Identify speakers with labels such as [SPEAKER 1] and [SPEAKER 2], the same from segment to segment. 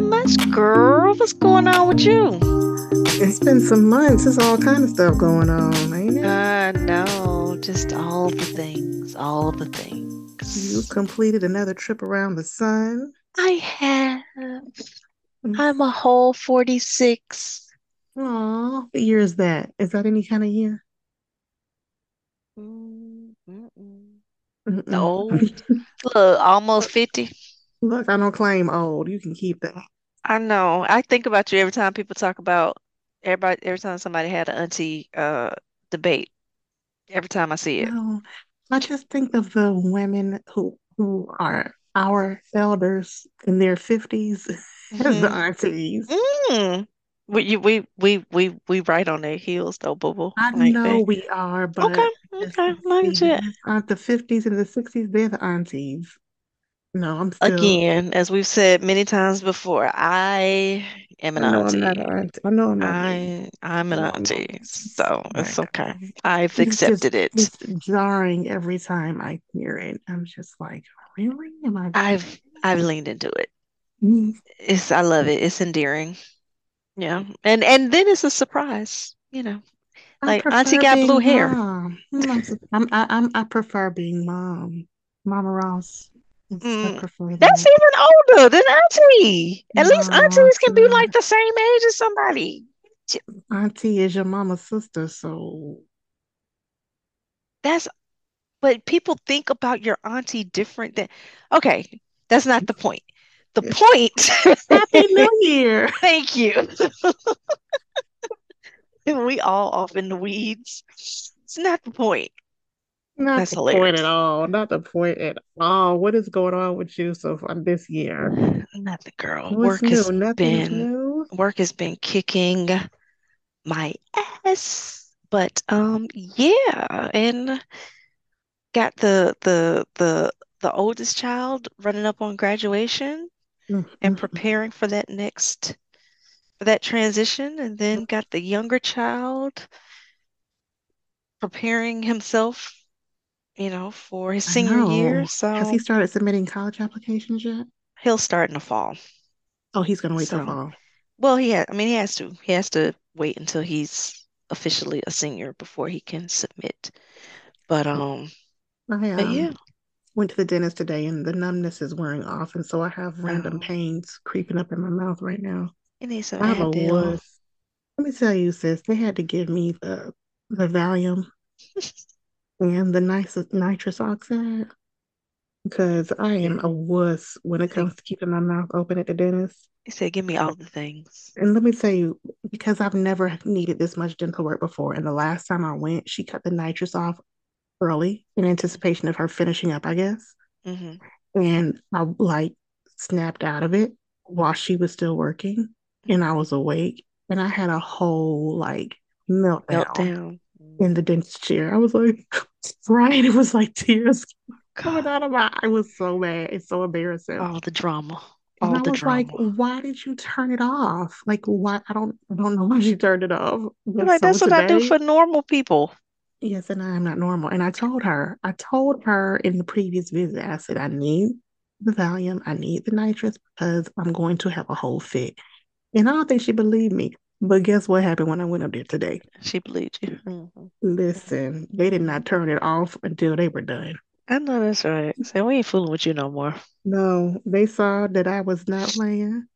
[SPEAKER 1] months, girl. What's going on with you?
[SPEAKER 2] It's been some months. There's all kind of stuff going on, ain't it?
[SPEAKER 1] I know. Uh, Just all the things. All the
[SPEAKER 2] you
[SPEAKER 1] things.
[SPEAKER 2] completed another trip around the sun.
[SPEAKER 1] I have. I'm a whole 46.
[SPEAKER 2] Aw, what year is that? Is that any kind of year?
[SPEAKER 1] Mm, mm-mm.
[SPEAKER 2] Mm-mm.
[SPEAKER 1] The old. Look, almost 50.
[SPEAKER 2] Look, I don't claim old. You can keep that.
[SPEAKER 1] I know. I think about you every time people talk about everybody, every time somebody had an auntie uh debate, every time I see it.
[SPEAKER 2] No, I just think of the women who who are our elders in their 50s as the
[SPEAKER 1] hmm
[SPEAKER 2] aunties.
[SPEAKER 1] Mm. We you, we we we we right on their heels though, boo boo.
[SPEAKER 2] I
[SPEAKER 1] Like
[SPEAKER 2] know
[SPEAKER 1] they
[SPEAKER 2] we are,
[SPEAKER 1] okay,
[SPEAKER 2] but just
[SPEAKER 1] okay, look at
[SPEAKER 2] see,
[SPEAKER 1] you.
[SPEAKER 2] these aren't the 50s and the 60s, they're the aunties. No, I'm still,
[SPEAKER 1] Again, as we've said many times before, I am
[SPEAKER 2] I
[SPEAKER 1] an
[SPEAKER 2] know I'm not
[SPEAKER 1] auntie.
[SPEAKER 2] an auntie. I know I'm not an auntie.
[SPEAKER 1] I I'm
[SPEAKER 2] I know I'm
[SPEAKER 1] an
[SPEAKER 2] not
[SPEAKER 1] auntie,
[SPEAKER 2] an auntie.
[SPEAKER 1] so it's
[SPEAKER 2] Right.
[SPEAKER 1] okay. I've
[SPEAKER 2] It's just,
[SPEAKER 1] accepted it.
[SPEAKER 2] it's jarring every time I hear it. I'm just like, really? Am I
[SPEAKER 1] I've I've leaned into it.
[SPEAKER 2] Mm,
[SPEAKER 1] It's I love it. It's endearing. Yeah. And and then it's a surprise, you know.
[SPEAKER 2] I
[SPEAKER 1] Like auntie
[SPEAKER 2] prefer
[SPEAKER 1] got blue
[SPEAKER 2] being
[SPEAKER 1] hair.
[SPEAKER 2] mom. Mm, I'm, so- I'm, I, I'm, I prefer being mom. Mama Ross. It's, I
[SPEAKER 1] Mm,
[SPEAKER 2] prefer
[SPEAKER 1] that's
[SPEAKER 2] that.
[SPEAKER 1] even older than auntie. At least
[SPEAKER 2] Mm-hmm. No,
[SPEAKER 1] aunties
[SPEAKER 2] it's
[SPEAKER 1] can be like
[SPEAKER 2] not.
[SPEAKER 1] the same age as somebody. Ch-
[SPEAKER 2] Auntie is your mama's sister, so
[SPEAKER 1] That's, but people think about your auntie different than, okay, that's not the point. The
[SPEAKER 2] Happy
[SPEAKER 1] point,
[SPEAKER 2] New Year.
[SPEAKER 1] thank you. We all off in the weeds. It's not the point.
[SPEAKER 2] Not
[SPEAKER 1] That's
[SPEAKER 2] the point at
[SPEAKER 1] hilarious.
[SPEAKER 2] all. Not the point at all. What is going on with you so far this year?
[SPEAKER 1] Not the girl.
[SPEAKER 2] What's
[SPEAKER 1] uh, Work has
[SPEAKER 2] new? Nothing's
[SPEAKER 1] been,
[SPEAKER 2] new.
[SPEAKER 1] work has been kicking my ass. But um, yeah, and. got the the the the oldest child running up on graduation and
[SPEAKER 2] Mhm.
[SPEAKER 1] preparing for that next for that transition and then got the younger child preparing himself, you know, for his
[SPEAKER 2] I
[SPEAKER 1] senior year.
[SPEAKER 2] know. Has he
[SPEAKER 1] So
[SPEAKER 2] started submitting college applications yet?
[SPEAKER 1] he'll start in the fall.
[SPEAKER 2] Oh, he's gonna wait till
[SPEAKER 1] So,
[SPEAKER 2] fall.
[SPEAKER 1] well, he ha I mean, he has to he has to wait until he's officially a senior before he can submit. But um,
[SPEAKER 2] I
[SPEAKER 1] but yeah.
[SPEAKER 2] um went to the dentist today and the numbness is wearing off, and so I have random
[SPEAKER 1] Oh,
[SPEAKER 2] pains creeping up in my mouth right now.
[SPEAKER 1] he needs some
[SPEAKER 2] I have a
[SPEAKER 1] Advil.
[SPEAKER 2] wuss. Let me tell you, sis, they had to give me the the Valium and the nitrous nitrous oxide because I am a wuss when it
[SPEAKER 1] He
[SPEAKER 2] comes to keeping my mouth open at the dentist.
[SPEAKER 1] he said, "Give me all the things."
[SPEAKER 2] And let me tell you, because I've never needed this much dental work before, and the last time I went, she cut the nitrous off early in anticipation of her finishing up, I guess.
[SPEAKER 1] hmm
[SPEAKER 2] And I like snapped out of it while she was still working and I was awake. And I had a whole like meltdown
[SPEAKER 1] Meltdown.
[SPEAKER 2] in the dentist chair. I was like, right. It was like tears coming
[SPEAKER 1] God,
[SPEAKER 2] out of my I was so mad. It's so embarrassing.
[SPEAKER 1] all the drama,
[SPEAKER 2] And
[SPEAKER 1] all
[SPEAKER 2] I
[SPEAKER 1] the
[SPEAKER 2] was like,
[SPEAKER 1] drama.
[SPEAKER 2] why did you turn it off? Like, why? I don't, I don't know why she turned it off.
[SPEAKER 1] You're
[SPEAKER 2] And
[SPEAKER 1] like,
[SPEAKER 2] so
[SPEAKER 1] that's what I do
[SPEAKER 2] today,
[SPEAKER 1] for normal people.
[SPEAKER 2] yes, and I am not normal. And I told her, I told her in the previous visit, I said, I need the Valium, I need the nitrous because I'm going to have a whole fit. And I don't think she believed me. But guess what happened when I went up there today?
[SPEAKER 1] She believed you. Mhm, mhm,
[SPEAKER 2] Listen, they did
[SPEAKER 1] mhm.
[SPEAKER 2] not turn it off until they were done.
[SPEAKER 1] I know that's right. So we ain't fooling with you no more.
[SPEAKER 2] No, they saw that I was not playing.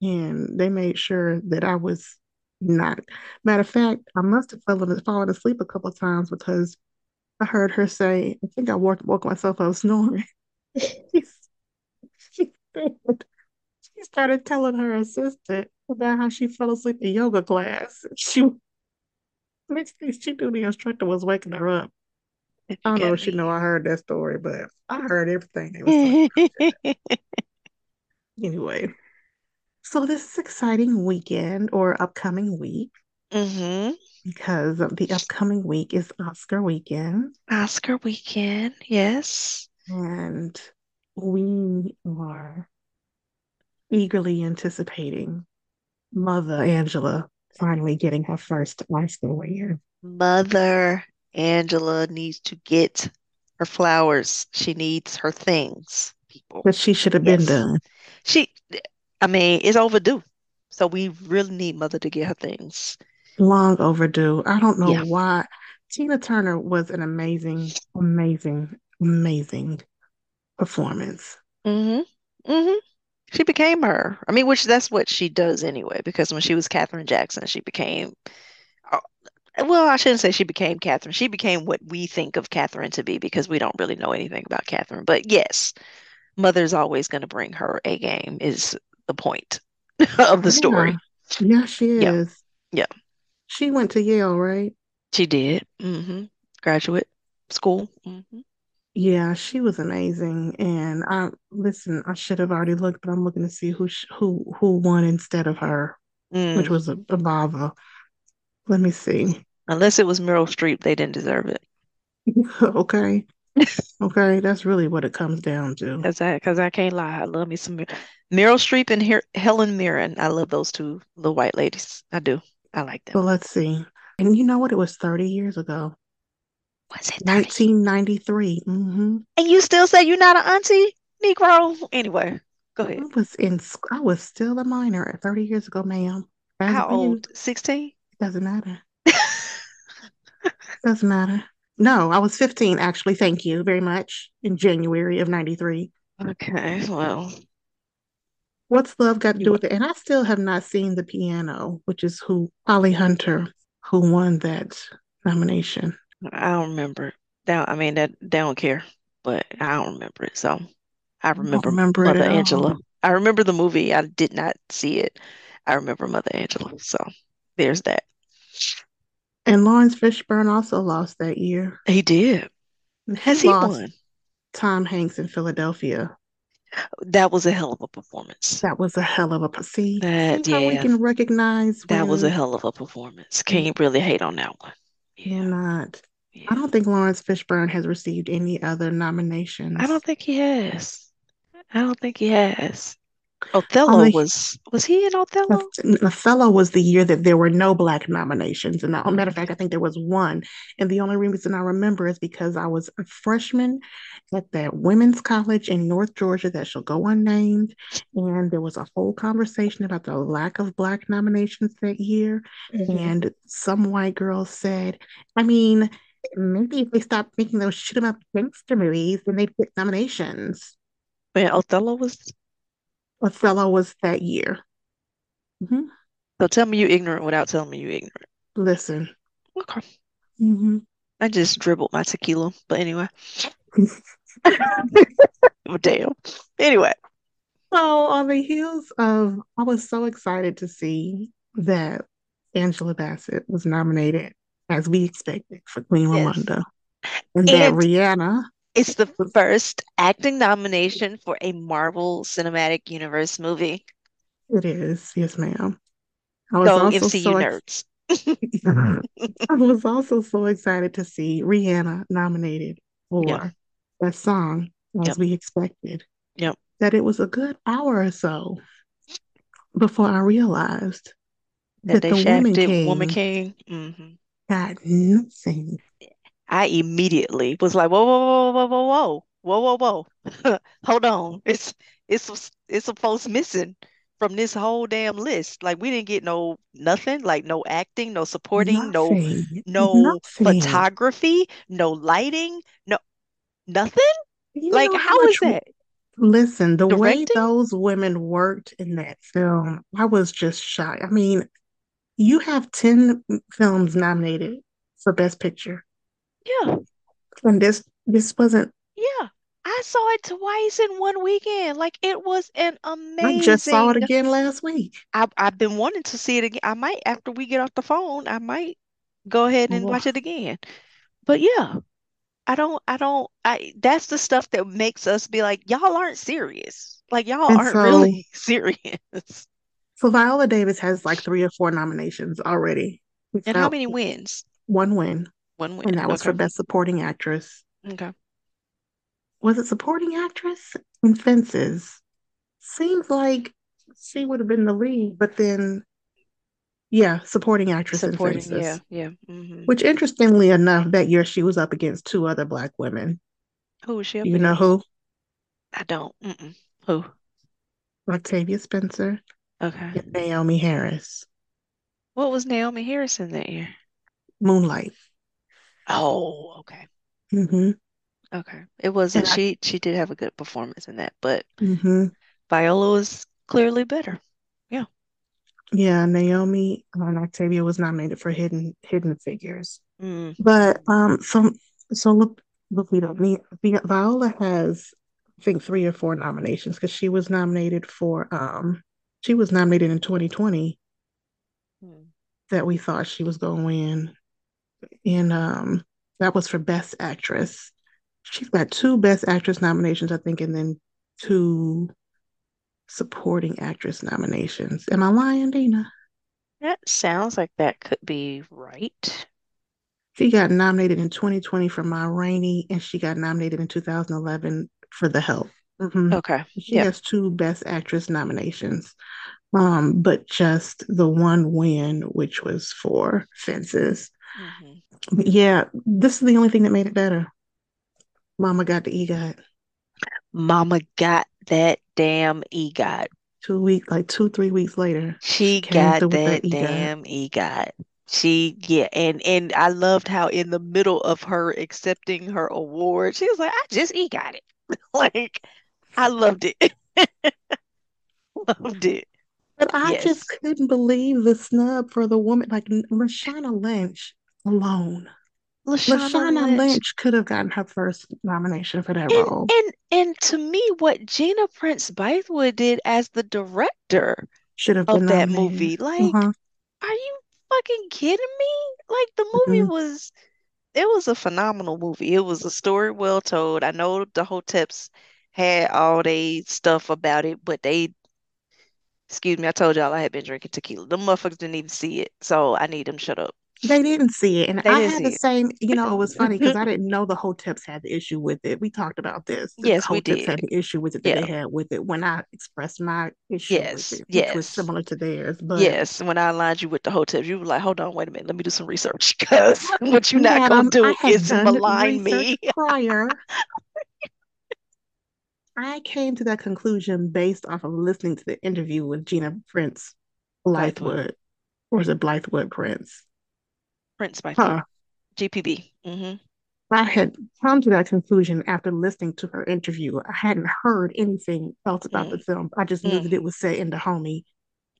[SPEAKER 2] and they made sure that I was not. Matter of fact, I must have fallen, fallen asleep a couple of times because I heard her say, I think I woke, woke myself up snoring. She, she said- she started telling her assistant about how she fell asleep in yoga class. She next thing she knew the instructor was waking her up.
[SPEAKER 1] If
[SPEAKER 2] I
[SPEAKER 1] you
[SPEAKER 2] don't know
[SPEAKER 1] got
[SPEAKER 2] if she
[SPEAKER 1] me.
[SPEAKER 2] know I heard that story, but I heard everything they
[SPEAKER 1] Hmm.
[SPEAKER 2] was talking
[SPEAKER 1] Mm-hmm.
[SPEAKER 2] about. Anyway, so this is exciting weekend or upcoming week.
[SPEAKER 1] Mm-hmm.
[SPEAKER 2] because of the upcoming week is Oscar weekend,
[SPEAKER 1] Oscar weekend. Yes.
[SPEAKER 2] and we are eagerly anticipating Mother Angela finally getting her first Oscar win.
[SPEAKER 1] Mother Angela needs to get her flowers. She needs her things, people.
[SPEAKER 2] But she should have been
[SPEAKER 1] Yes.
[SPEAKER 2] done.
[SPEAKER 1] She. I mean, it's overdue. So we really need mother to get her things.
[SPEAKER 2] Long overdue. I don't know
[SPEAKER 1] Yeah.
[SPEAKER 2] why. Tina Turner was an amazing, amazing, amazing performance.
[SPEAKER 1] Mm-hmm. Mm-hmm. She became her. I mean, which that's what she does anyway, because when she was Katherine Jackson, she became, uh, well, I shouldn't say she became Catherine. She became what we think of Catherine to be because we don't really know anything about Catherine. But yes, mother's always going to bring her A game is the point of
[SPEAKER 2] Yeah.
[SPEAKER 1] the story.
[SPEAKER 2] Yeah, she
[SPEAKER 1] Yeah.
[SPEAKER 2] is.
[SPEAKER 1] Yeah.
[SPEAKER 2] She went to Yale, right?
[SPEAKER 1] She did. hmm Graduate school. hmm
[SPEAKER 2] Yeah, she was amazing. And I listen, I should have already looked, but I'm looking to see who sh who who won instead of her, which
[SPEAKER 1] Mm.
[SPEAKER 2] was a, a bother. Let me see.
[SPEAKER 1] Unless it was Meryl Streep, they didn't deserve it.
[SPEAKER 2] Okay. Okay, that's really what it comes down to.
[SPEAKER 1] Cause I, cause I can't lie, I love me some Mer- Meryl Streep and Her Helen Mirren. I love those two little white ladies. I do. I like them.
[SPEAKER 2] But let's see. And you know what? It was 30 years ago.
[SPEAKER 1] Was it 30?
[SPEAKER 2] 1993. hmm
[SPEAKER 1] And you still say you're not an auntie, Negro? Anyway, go ahead.
[SPEAKER 2] I was in sc- I was still a minor at 30 years ago, ma'am. As
[SPEAKER 1] How
[SPEAKER 2] for you,
[SPEAKER 1] old? 16?
[SPEAKER 2] it doesn't matter. Doesn't matter. No, I was 15 actually. Thank you very much. In January of 93.
[SPEAKER 1] Okay, well,
[SPEAKER 2] What's love got to
[SPEAKER 1] you
[SPEAKER 2] do
[SPEAKER 1] were.
[SPEAKER 2] with it? And I still have not seen the piano, which is who Holly Hunter, who won that nomination.
[SPEAKER 1] I don't remember. Down, I mean that they don't care, but I don't remember it. So I
[SPEAKER 2] I don't
[SPEAKER 1] remember
[SPEAKER 2] remember it
[SPEAKER 1] Mother
[SPEAKER 2] at all.
[SPEAKER 1] Angela. I remember the movie. I did not see it. I remember Mother Angela. So there's that.
[SPEAKER 2] And Lawrence Fishburne also lost that year.
[SPEAKER 1] He did.
[SPEAKER 2] He
[SPEAKER 1] Has he
[SPEAKER 2] lost
[SPEAKER 1] won?
[SPEAKER 2] Tom Hanks in Philadelphia.
[SPEAKER 1] That was a hell of a performance.
[SPEAKER 2] That was a hell of a see. See
[SPEAKER 1] That
[SPEAKER 2] how we
[SPEAKER 1] yeah,
[SPEAKER 2] can recognize
[SPEAKER 1] that was a
[SPEAKER 2] when
[SPEAKER 1] hell of a performance.
[SPEAKER 2] you
[SPEAKER 1] Can't really hate on that one. Yeah,
[SPEAKER 2] cannot. I
[SPEAKER 1] yeah.
[SPEAKER 2] don't think Lawrence Fishburne has received any other
[SPEAKER 1] I don't
[SPEAKER 2] nominations.
[SPEAKER 1] think he has. I don't think he has. Othello
[SPEAKER 2] Only
[SPEAKER 1] was was he in Othello?
[SPEAKER 2] Othello was the year that there were no black nominations. And a matter of fact, I think there was one. And the only reason I remember is because I was a freshman at that women's college in North Georgia that shall go unnamed. And there was a whole conversation about the lack of black nominations that year.
[SPEAKER 1] hmm
[SPEAKER 2] And some white girl said, I mean, maybe if they stopped making those shoot 'em up gangster movies, then they'd get nominations.
[SPEAKER 1] When Othello was.
[SPEAKER 2] Othello was that year.
[SPEAKER 1] Mm-hmm.
[SPEAKER 2] Mhm.
[SPEAKER 1] So tell me you ignorant without telling me you ignorant.
[SPEAKER 2] Listen.
[SPEAKER 1] Okay. Mm-hmm.
[SPEAKER 2] Mhm.
[SPEAKER 1] I just dribbled my tequila, but anyway. Well, Damn. Anyway.
[SPEAKER 2] So on the heels of, I was so excited to see that Angela Bassett was nominated as we expected for Queen
[SPEAKER 1] Yes.
[SPEAKER 2] Latifah, and that
[SPEAKER 1] And
[SPEAKER 2] Rihanna
[SPEAKER 1] it's the
[SPEAKER 2] was
[SPEAKER 1] first acting nomination for a Marvel Cinematic Universe movie.
[SPEAKER 2] it is, yes, ma'am. I was
[SPEAKER 1] Go
[SPEAKER 2] also
[SPEAKER 1] MCU
[SPEAKER 2] so ex
[SPEAKER 1] nerds.
[SPEAKER 2] I was also so excited to see Rihanna nominated
[SPEAKER 1] Yeah.
[SPEAKER 2] for that song as
[SPEAKER 1] Yep.
[SPEAKER 2] we expected.
[SPEAKER 1] Yep.
[SPEAKER 2] That it was a good hour or so before I realized that
[SPEAKER 1] That they
[SPEAKER 2] the Woman
[SPEAKER 1] shafted Woman
[SPEAKER 2] King
[SPEAKER 1] King. hmm
[SPEAKER 2] got nothing.
[SPEAKER 1] I immediately was like, whoa, whoa, whoa, whoa, whoa, whoa, whoa, whoa, whoa. Hold on. It's it's some- it's some folks missing from this whole damn list. Like we didn't get no nothing, like no acting, no supporting, no
[SPEAKER 2] Nothing.
[SPEAKER 1] no
[SPEAKER 2] Nothing.
[SPEAKER 1] photography, no lighting, no nothing.
[SPEAKER 2] You
[SPEAKER 1] Like
[SPEAKER 2] know how
[SPEAKER 1] how is
[SPEAKER 2] much,
[SPEAKER 1] that?
[SPEAKER 2] listen, the way
[SPEAKER 1] Directing?
[SPEAKER 2] those women worked in that film, I was just shocked. I mean, you have 10 films nominated for Best Picture,
[SPEAKER 1] Yeah,
[SPEAKER 2] and this this wasn't,
[SPEAKER 1] yeah. I saw it twice in one weekend. Like it was an
[SPEAKER 2] I just saw it
[SPEAKER 1] amazing
[SPEAKER 2] again last week.
[SPEAKER 1] I I've been wanting to see it again. I might after we get off the phone, I might go ahead and
[SPEAKER 2] Wow.
[SPEAKER 1] watch it again. But yeah, I don't I don't I that's the stuff that makes us be like, y'all aren't serious. Like y'all
[SPEAKER 2] And
[SPEAKER 1] aren't
[SPEAKER 2] so,
[SPEAKER 1] really serious.
[SPEAKER 2] so Viola Davis has like three or four nominations already
[SPEAKER 1] And how
[SPEAKER 2] without
[SPEAKER 1] many wins?
[SPEAKER 2] one win,
[SPEAKER 1] One win.
[SPEAKER 2] and that was for
[SPEAKER 1] Okay.
[SPEAKER 2] Best Supporting Actress.
[SPEAKER 1] Okay.
[SPEAKER 2] Was it Supporting Actress? In Fences. seems like she would have been the lead, but then, yeah, supporting actress in
[SPEAKER 1] Supporting, yeah,
[SPEAKER 2] Fences,
[SPEAKER 1] yeah. hmm
[SPEAKER 2] which interestingly enough, that year she was up against two other Black women.
[SPEAKER 1] Who was she
[SPEAKER 2] Do
[SPEAKER 1] up
[SPEAKER 2] you know
[SPEAKER 1] against?
[SPEAKER 2] who?
[SPEAKER 1] I don't. Mm-mm. Who?
[SPEAKER 2] Octavia Spencer
[SPEAKER 1] Okay.
[SPEAKER 2] and Naomi Harris.
[SPEAKER 1] What was Naomi Harrison that year?
[SPEAKER 2] Moonlight.
[SPEAKER 1] Oh, okay.
[SPEAKER 2] hmm
[SPEAKER 1] Okay. It
[SPEAKER 2] And
[SPEAKER 1] wasn't
[SPEAKER 2] I,
[SPEAKER 1] she she did have a good performance in that, but
[SPEAKER 2] hmm
[SPEAKER 1] Viola was clearly better. Yeah.
[SPEAKER 2] yeah, Naomi and Octavia was nominated for Hidden Hidden Figures.
[SPEAKER 1] Mm.
[SPEAKER 2] But um, some so look, look, we don't need Vi- Viola has, I think, three or four nominations because she was nominated for um, she was nominated in 2020
[SPEAKER 1] Mm.
[SPEAKER 2] that we thought she was going to win, and um, that was for Best Actress. She's got two Best Actress nominations, I think, and then two supporting actress nominations. Am I lying, Dina?
[SPEAKER 1] That sounds like that could be right.
[SPEAKER 2] She got nominated in 2020 for Ma Rainey, and she got nominated in 2011 for The Help. hmm
[SPEAKER 1] Okay.
[SPEAKER 2] She
[SPEAKER 1] Yep.
[SPEAKER 2] has two Best Actress nominations, um, but just the one win, which was for Fences.
[SPEAKER 1] hmm
[SPEAKER 2] But yeah, this is the only thing that made it better. Mama got the EGOT
[SPEAKER 1] Mama got that damn EGOT.
[SPEAKER 2] two weeks, like two, three weeks later. She
[SPEAKER 1] She
[SPEAKER 2] came
[SPEAKER 1] got
[SPEAKER 2] through with that
[SPEAKER 1] that
[SPEAKER 2] EGOT.
[SPEAKER 1] damn EGOT. She yeah, and and I loved how in the middle of her accepting her award, she was like, "I just EGOT it." Like I loved it. Loved it.
[SPEAKER 2] But I just
[SPEAKER 1] Yes.
[SPEAKER 2] couldn't believe the snub for the woman, like Lashana Lynch alone.
[SPEAKER 1] Lashana
[SPEAKER 2] Lashana
[SPEAKER 1] Lynch.
[SPEAKER 2] Lynch could have gotten her first nomination for that
[SPEAKER 1] And
[SPEAKER 2] role.
[SPEAKER 1] and and to me, what Gina Prince Bythewood did as the director
[SPEAKER 2] Should have
[SPEAKER 1] of
[SPEAKER 2] been
[SPEAKER 1] that
[SPEAKER 2] nominated.
[SPEAKER 1] movie, like,
[SPEAKER 2] Uh-huh.
[SPEAKER 1] are you fucking kidding me? Like the
[SPEAKER 2] hmm
[SPEAKER 1] movie was it was a phenomenal movie. It was a story well told. I know the Hoteps had all they stuff about it, but they excuse me, I told y'all I had been drinking tequila. Them motherfuckers didn't even see it. So I need them shut up.
[SPEAKER 2] They didn't see it. And
[SPEAKER 1] They
[SPEAKER 2] I
[SPEAKER 1] didn't
[SPEAKER 2] had the
[SPEAKER 1] see
[SPEAKER 2] same, you know, it was funny because
[SPEAKER 1] it.
[SPEAKER 2] I didn't know the Hoteps had the issue with it. We talked about this. The
[SPEAKER 1] Yes, we
[SPEAKER 2] Hoteps
[SPEAKER 1] did.
[SPEAKER 2] had the issue with it that
[SPEAKER 1] Yeah.
[SPEAKER 2] they had with it when I expressed my issue with
[SPEAKER 1] Yes.
[SPEAKER 2] it, which was
[SPEAKER 1] Yes.
[SPEAKER 2] similar to theirs. But
[SPEAKER 1] Yes, when I aligned you with the hotels, you were like, hold on, wait a minute, let me do some research because what you're not gonna
[SPEAKER 2] Madam, I
[SPEAKER 1] do
[SPEAKER 2] had
[SPEAKER 1] is
[SPEAKER 2] done
[SPEAKER 1] malign
[SPEAKER 2] research
[SPEAKER 1] me.
[SPEAKER 2] prior. I came to that conclusion based off of listening to the interview with Gina Prince
[SPEAKER 1] Bythewood,
[SPEAKER 2] Blythewood, or is it Blythewood Prince?
[SPEAKER 1] Prince Bythewood,
[SPEAKER 2] Huh.
[SPEAKER 1] GPB. hmm
[SPEAKER 2] I had come to that conclusion after listening to her interview. I hadn't heard anything else about the
[SPEAKER 1] Mm,
[SPEAKER 2] film. I just knew
[SPEAKER 1] mm,
[SPEAKER 2] that it was set in Dahomey,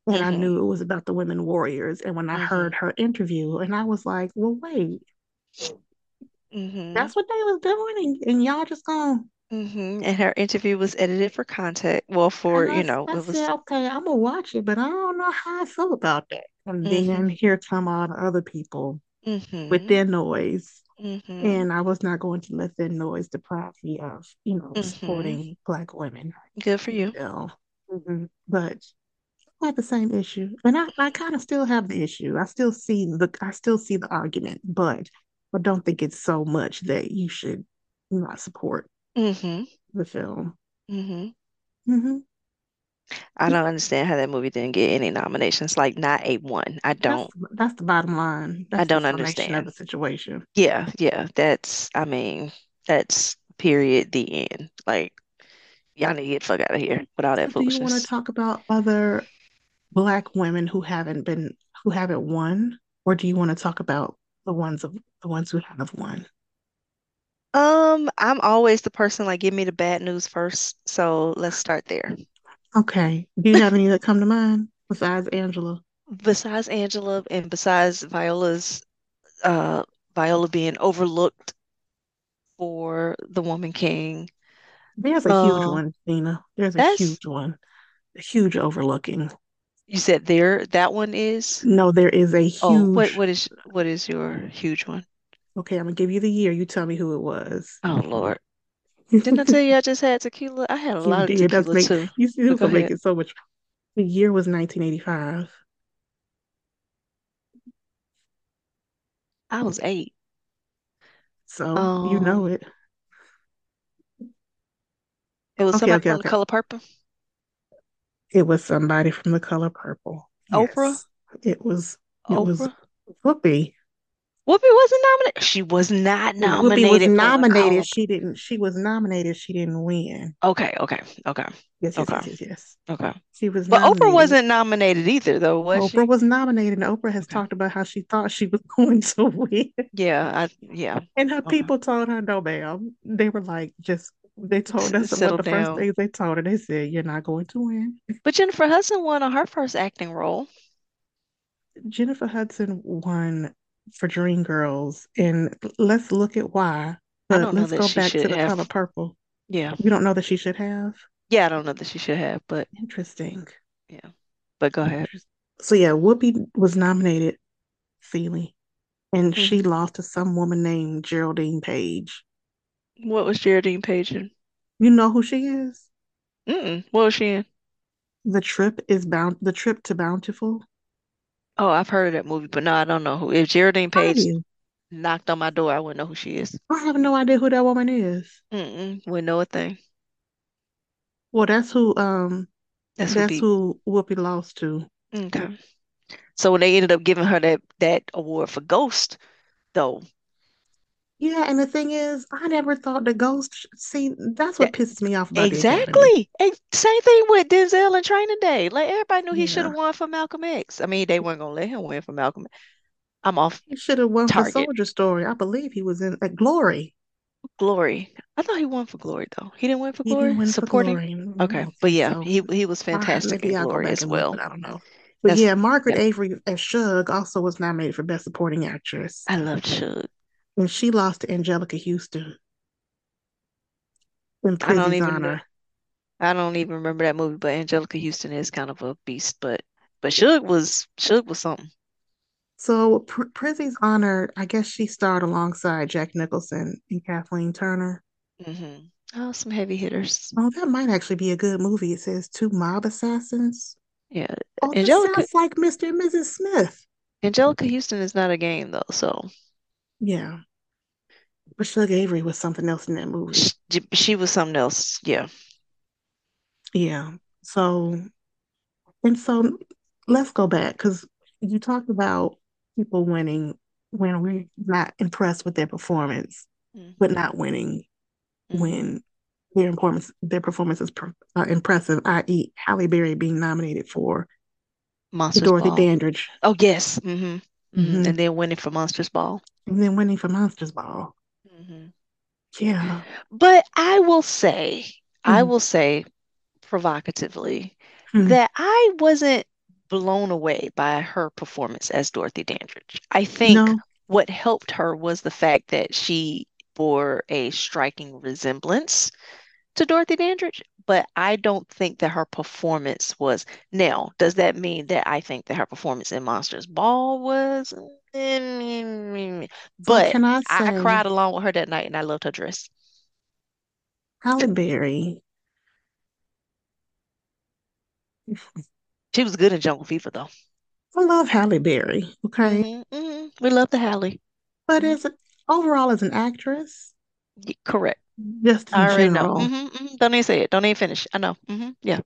[SPEAKER 2] and I
[SPEAKER 1] mm-hmm,
[SPEAKER 2] knew it was about the women warriors. And when I
[SPEAKER 1] mm-hmm,
[SPEAKER 2] heard her interview, and I was like, "Well, wait,
[SPEAKER 1] mm-hmm,
[SPEAKER 2] that's what they was doing, and, and y'all just gone."
[SPEAKER 1] mm-hmm. And her interview was edited for content. Well, for,
[SPEAKER 2] And I,
[SPEAKER 1] you
[SPEAKER 2] s-
[SPEAKER 1] know,
[SPEAKER 2] I
[SPEAKER 1] it was,
[SPEAKER 2] said, "Okay, I'm gonna watch it, but I don't know how I feel about that." And
[SPEAKER 1] mm-hmm,
[SPEAKER 2] then here come all the other people with
[SPEAKER 1] mm-hmm,
[SPEAKER 2] their noise.
[SPEAKER 1] mm-hmm,
[SPEAKER 2] And I was not going to let their noise deprive me of, you know,
[SPEAKER 1] mm-hmm.
[SPEAKER 2] supporting Black women.
[SPEAKER 1] Good for you.
[SPEAKER 2] Still, Mhm. but I had the same issue, and I, I kind of still have the issue. I still see the I still see the argument, but I don't think it's so much that you should not support
[SPEAKER 1] Mm-hmm,
[SPEAKER 2] the film.
[SPEAKER 1] mm-hmm.
[SPEAKER 2] hmm
[SPEAKER 1] I don't understand how that movie didn't get any nominations, like not a one. I
[SPEAKER 2] That's
[SPEAKER 1] don't,
[SPEAKER 2] that's the bottom line.
[SPEAKER 1] I
[SPEAKER 2] That's the
[SPEAKER 1] don't
[SPEAKER 2] summation of
[SPEAKER 1] understand.
[SPEAKER 2] the situation.
[SPEAKER 1] Yeah, yeah, that's, I mean, that's period, the end. Like, y'all need to get the fuck out of here with all
[SPEAKER 2] So,
[SPEAKER 1] that
[SPEAKER 2] do you want to
[SPEAKER 1] foolishness.
[SPEAKER 2] talk about other Black women who haven't been who haven't won, or do you want to talk about the ones of the ones who have won?
[SPEAKER 1] Um, I'm always the person like give me the bad news first, so let's start there.
[SPEAKER 2] Okay. Do you have any that come to mind besides Angela?
[SPEAKER 1] Besides Angela and besides Viola's uh Viola being overlooked for the Woman King,
[SPEAKER 2] There's a huge
[SPEAKER 1] uh
[SPEAKER 2] one, Dina. There's a
[SPEAKER 1] that's
[SPEAKER 2] huge one. A huge overlooking.
[SPEAKER 1] you said there that one is.
[SPEAKER 2] No, there is a
[SPEAKER 1] Oh, what
[SPEAKER 2] huge.
[SPEAKER 1] what is what is your huge one?
[SPEAKER 2] Okay, I'm gonna give you the year. You tell me who it was.
[SPEAKER 1] Oh Lord. Didn't I
[SPEAKER 2] You
[SPEAKER 1] tell you I just had tequila? I had a lot of
[SPEAKER 2] did. That's
[SPEAKER 1] tequila
[SPEAKER 2] make
[SPEAKER 1] too.
[SPEAKER 2] you see
[SPEAKER 1] But
[SPEAKER 2] this
[SPEAKER 1] go
[SPEAKER 2] will make
[SPEAKER 1] ahead.
[SPEAKER 2] it so much. The year was 1985.
[SPEAKER 1] I was eight.
[SPEAKER 2] So you know
[SPEAKER 1] Um,
[SPEAKER 2] it.
[SPEAKER 1] it was
[SPEAKER 2] Okay,
[SPEAKER 1] somebody
[SPEAKER 2] okay,
[SPEAKER 1] from the
[SPEAKER 2] okay.
[SPEAKER 1] color purple.
[SPEAKER 2] It was somebody from The Color Purple.
[SPEAKER 1] Oprah?
[SPEAKER 2] Yes. It was it was
[SPEAKER 1] Oprah?
[SPEAKER 2] Whoopi.
[SPEAKER 1] Whoopi wasn't nominated. She was not
[SPEAKER 2] Whoopi was
[SPEAKER 1] nominated for a
[SPEAKER 2] nominated.
[SPEAKER 1] Golden
[SPEAKER 2] She didn't. She was nominated. She didn't win.
[SPEAKER 1] Okay, okay, okay,
[SPEAKER 2] Yes, yes,
[SPEAKER 1] okay,
[SPEAKER 2] yes, yes, yes.
[SPEAKER 1] okay.
[SPEAKER 2] She was
[SPEAKER 1] But Oprah
[SPEAKER 2] nominated.
[SPEAKER 1] wasn't nominated either, though, was
[SPEAKER 2] Oprah
[SPEAKER 1] she?
[SPEAKER 2] was nominated, and Oprah has
[SPEAKER 1] Okay.
[SPEAKER 2] talked about how she thought she was going to win.
[SPEAKER 1] Yeah, I yeah.
[SPEAKER 2] And her
[SPEAKER 1] Okay.
[SPEAKER 2] people told her, no, ma'am. They were like, just, they told,
[SPEAKER 1] S
[SPEAKER 2] that's what
[SPEAKER 1] settle
[SPEAKER 2] the first
[SPEAKER 1] down.
[SPEAKER 2] things they told her. They said, you're not going to win.
[SPEAKER 1] But Jennifer Hudson won on her first acting role.
[SPEAKER 2] Jennifer Hudson won for Dreamgirls, and let's look at why.
[SPEAKER 1] I
[SPEAKER 2] But
[SPEAKER 1] don't know
[SPEAKER 2] let's
[SPEAKER 1] that
[SPEAKER 2] go
[SPEAKER 1] she
[SPEAKER 2] back
[SPEAKER 1] should
[SPEAKER 2] to the
[SPEAKER 1] have.
[SPEAKER 2] color purple.
[SPEAKER 1] Yeah.
[SPEAKER 2] You don't know that she should have?
[SPEAKER 1] Yeah, I don't know that she should have, but
[SPEAKER 2] Interesting.
[SPEAKER 1] yeah. But go ahead.
[SPEAKER 2] Interesting. So, yeah, Whoopi was nominated, Seeley, and
[SPEAKER 1] Hmm.
[SPEAKER 2] she lost to some woman named Geraldine Page.
[SPEAKER 1] What was Geraldine Page in?
[SPEAKER 2] You know who she is?
[SPEAKER 1] Mm-mm. What was she in?
[SPEAKER 2] The trip is bound, the trip to Bountiful.
[SPEAKER 1] Oh, I've heard of that movie, but no, I don't know who. If Geraldine
[SPEAKER 2] How do
[SPEAKER 1] Page
[SPEAKER 2] you?
[SPEAKER 1] knocked on my door, I wouldn't know who she is.
[SPEAKER 2] I have no idea who that woman is.
[SPEAKER 1] Mm-mm. Wouldn't know a thing.
[SPEAKER 2] Well, that's who um
[SPEAKER 1] That's who
[SPEAKER 2] that's
[SPEAKER 1] beat.
[SPEAKER 2] who Whoopi lost to.
[SPEAKER 1] Okay. So when they ended up giving her that that award for Ghost, though,
[SPEAKER 2] Yeah, and the thing is, I never thought the ghost see that's what
[SPEAKER 1] that
[SPEAKER 2] pisses me off about the Academy.
[SPEAKER 1] exactly. And same thing with Denzel and Training Day. Like everybody knew he should have
[SPEAKER 2] Yeah.
[SPEAKER 1] won for Malcolm X. I mean, they weren't gonna let him win for Malcolm. I'm off
[SPEAKER 2] He should have won for
[SPEAKER 1] target.
[SPEAKER 2] Soldier Story. I believe he was in at Glory.
[SPEAKER 1] Glory. I thought he won for Glory though. He didn't win for
[SPEAKER 2] He didn't
[SPEAKER 1] Glory.
[SPEAKER 2] win for
[SPEAKER 1] Supporting.
[SPEAKER 2] Glory. Mm, I
[SPEAKER 1] Okay,
[SPEAKER 2] don't
[SPEAKER 1] but
[SPEAKER 2] think
[SPEAKER 1] yeah,
[SPEAKER 2] so.
[SPEAKER 1] he he was
[SPEAKER 2] I,
[SPEAKER 1] fantastic in
[SPEAKER 2] maybe I'll go
[SPEAKER 1] Glory
[SPEAKER 2] back
[SPEAKER 1] as
[SPEAKER 2] and look,
[SPEAKER 1] well.
[SPEAKER 2] but I don't know. But
[SPEAKER 1] That's
[SPEAKER 2] yeah, Margaret
[SPEAKER 1] yeah.
[SPEAKER 2] Avery as Shug also was nominated for Best Supporting Actress.
[SPEAKER 1] I love Suge.
[SPEAKER 2] And she lost to Angelica Houston in
[SPEAKER 1] I don't
[SPEAKER 2] Prizzy's
[SPEAKER 1] even know.
[SPEAKER 2] honor.
[SPEAKER 1] I don't even remember that movie, but Angelica Houston is kind of a beast. But but Suge was Suge was something.
[SPEAKER 2] So Pr Prizzy's honor, I guess she starred alongside Jack Nicholson and Kathleen Turner.
[SPEAKER 1] hmm Oh, some heavy hitters.
[SPEAKER 2] Oh, that might actually be a good movie. It says two mob assassins.
[SPEAKER 1] Yeah,
[SPEAKER 2] Oh, this
[SPEAKER 1] Angelica
[SPEAKER 2] sounds like Mr. and Mrs. Smith.
[SPEAKER 1] Angelica Houston is not a game though, so
[SPEAKER 2] Yeah, but Shug Avery was something else in that movie.
[SPEAKER 1] she, she was something else. Yeah.
[SPEAKER 2] Yeah. So and so, let's go back because you talked about people winning when we're not impressed with their performance, but
[SPEAKER 1] hmm
[SPEAKER 2] not winning.
[SPEAKER 1] hmm
[SPEAKER 2] when their performance their performance is pr uh, impressive, i.e., Halle Berry being nominated for the
[SPEAKER 1] Monsters
[SPEAKER 2] Dorothy
[SPEAKER 1] Ball.
[SPEAKER 2] Dandridge,
[SPEAKER 1] Oh yes. hmm hmm
[SPEAKER 2] hmm
[SPEAKER 1] And then winning for Monsters Ball.
[SPEAKER 2] and then winning for Monsters Ball.
[SPEAKER 1] hmm
[SPEAKER 2] Yeah,
[SPEAKER 1] But I will say, I
[SPEAKER 2] mm
[SPEAKER 1] will say provocatively
[SPEAKER 2] mm.
[SPEAKER 1] that I wasn't blown away by her performance as Dorothy Dandridge. I think
[SPEAKER 2] No,
[SPEAKER 1] what helped her was the fact that she bore a striking resemblance to Dorothy Dandridge, but I don't think that her performance was. Now, does that mean that I think that her performance in Monsters Ball was?
[SPEAKER 2] so
[SPEAKER 1] But
[SPEAKER 2] can I
[SPEAKER 1] I
[SPEAKER 2] say
[SPEAKER 1] cried along with her that night, and I loved her dress.
[SPEAKER 2] Halle Berry?
[SPEAKER 1] She was good in Jungle Fever, though.
[SPEAKER 2] I love Halle Berry, okay,
[SPEAKER 1] hmm hmm We love the Hallie.
[SPEAKER 2] but
[SPEAKER 1] hmm
[SPEAKER 2] as a- overall as an actress,
[SPEAKER 1] correct.
[SPEAKER 2] just in
[SPEAKER 1] I already know.
[SPEAKER 2] general,
[SPEAKER 1] hmm hmm Don't even say it. Don't even finish. I know. hmm Yeah.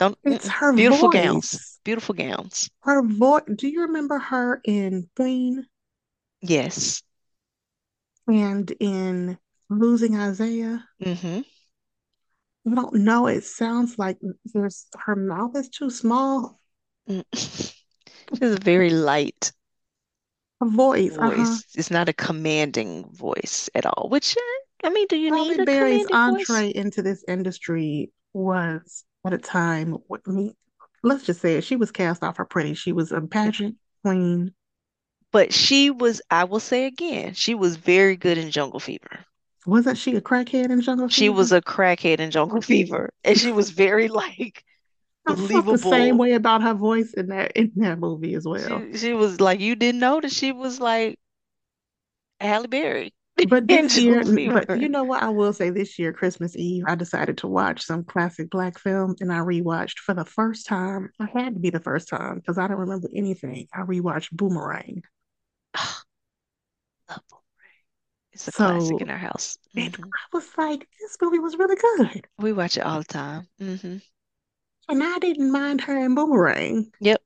[SPEAKER 1] Don't.
[SPEAKER 2] it's
[SPEAKER 1] Mm-mm.
[SPEAKER 2] her
[SPEAKER 1] Beautiful gowns.
[SPEAKER 2] voice.
[SPEAKER 1] Beautiful gowns.
[SPEAKER 2] Her voice. Do you remember her in Queen
[SPEAKER 1] Yes.
[SPEAKER 2] and in Losing Isaiah?
[SPEAKER 1] hmm
[SPEAKER 2] I don't know. It sounds like there's her mouth is too small.
[SPEAKER 1] Mm. She's very light.
[SPEAKER 2] Her voice, uh-huh.
[SPEAKER 1] voice. It's not a commanding voice at all, which uh, I mean, do you
[SPEAKER 2] Halle
[SPEAKER 1] need a
[SPEAKER 2] Berry's
[SPEAKER 1] commanding voice?
[SPEAKER 2] entree into this industry was at a time with me. Let's just say it, she was cast off her pretty. She was a
[SPEAKER 1] Yeah.
[SPEAKER 2] pageant queen.
[SPEAKER 1] But she was, I will say again, she was very good in Jungle Fever.
[SPEAKER 2] Wasn't she a crackhead in Jungle
[SPEAKER 1] She was
[SPEAKER 2] Fever?
[SPEAKER 1] a crackhead in Jungle Fever, and she was very like
[SPEAKER 2] I felt the same
[SPEAKER 1] believable.
[SPEAKER 2] way about her voice in that in that movie as well.
[SPEAKER 1] She she was like you didn't know that she was like Halle Berry
[SPEAKER 2] But
[SPEAKER 1] in
[SPEAKER 2] this year,
[SPEAKER 1] Jungle
[SPEAKER 2] but
[SPEAKER 1] Fever.
[SPEAKER 2] you know what? I will say this year, Christmas Eve, I decided to watch some classic black films and I rewatched for the first time. I had to be the first time because I don't remember anything. I rewatched Boomerang.
[SPEAKER 1] It's a classic in
[SPEAKER 2] So
[SPEAKER 1] our house.
[SPEAKER 2] it,
[SPEAKER 1] hmm
[SPEAKER 2] I was like, this movie was really good.
[SPEAKER 1] We watch it all the time. hmm
[SPEAKER 2] And I didn't mind her in Boomerang.
[SPEAKER 1] Yep.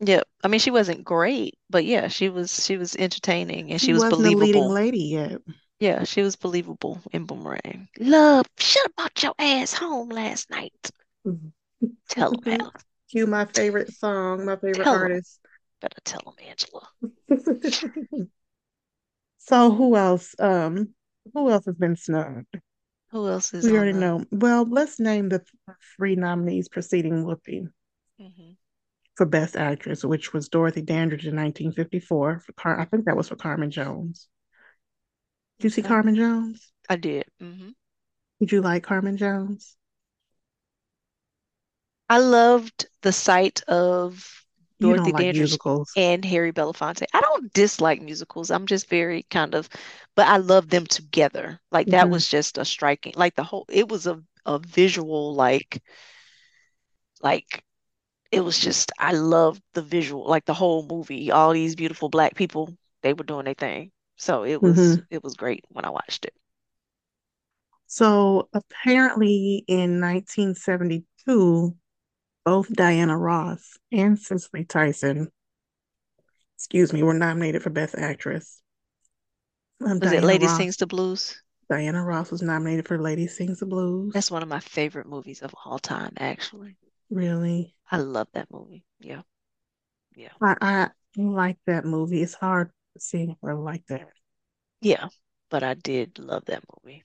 [SPEAKER 1] Yep. I mean, she wasn't great, but yeah, she was she was entertaining and
[SPEAKER 2] She
[SPEAKER 1] she was
[SPEAKER 2] wasn't a leading
[SPEAKER 1] believable.
[SPEAKER 2] lady yet.
[SPEAKER 1] Yeah, she was believable in Boomerang. Love, should have brought your ass home last night. Tell him, Al.
[SPEAKER 2] Cue my favorite song, my favorite
[SPEAKER 1] Tell him.
[SPEAKER 2] artist.
[SPEAKER 1] Better tell him, Angela.
[SPEAKER 2] So who else? Um, who else has been snubbed?
[SPEAKER 1] Who else is
[SPEAKER 2] We
[SPEAKER 1] on
[SPEAKER 2] already
[SPEAKER 1] the?
[SPEAKER 2] know. Well, let's name the three nominees preceding Whoopi
[SPEAKER 1] Mhm.
[SPEAKER 2] for Best Actress, which was Dorothy Dandridge in 1954. For Car- I think that was for Carmen Jones. Did you see
[SPEAKER 1] Okay.
[SPEAKER 2] Carmen Jones?
[SPEAKER 1] I did. hmm
[SPEAKER 2] Did you like Carmen Jones?
[SPEAKER 1] I loved the sight of
[SPEAKER 2] You don't
[SPEAKER 1] Dorothy
[SPEAKER 2] like
[SPEAKER 1] Dandridge
[SPEAKER 2] musicals.
[SPEAKER 1] and Harry Belafonte. I don't dislike musicals. I'm just very kind of, but I love them together. Like that
[SPEAKER 2] hmm
[SPEAKER 1] was just a striking, like the whole, it was a, a visual, like, like it was just, I loved the visual, like the whole movie, all these beautiful black people, they were doing their thing. So it was,
[SPEAKER 2] hmm
[SPEAKER 1] it was great when I watched it.
[SPEAKER 2] So apparently in 1972, both Diana Ross and Cicely Tyson, excuse me, were nominated for Best Actress. Um,
[SPEAKER 1] Was it
[SPEAKER 2] Diana
[SPEAKER 1] Lady
[SPEAKER 2] Ross,
[SPEAKER 1] Sings the Blues?
[SPEAKER 2] Diana Ross was nominated for Lady Sings the
[SPEAKER 1] That's
[SPEAKER 2] Blues.
[SPEAKER 1] one of my favorite movies of all time, actually.
[SPEAKER 2] Really,
[SPEAKER 1] I love that movie. Yeah. Yeah.
[SPEAKER 2] I, I like that movie. It's hard seeing her like that.
[SPEAKER 1] Yeah, but I did love that movie.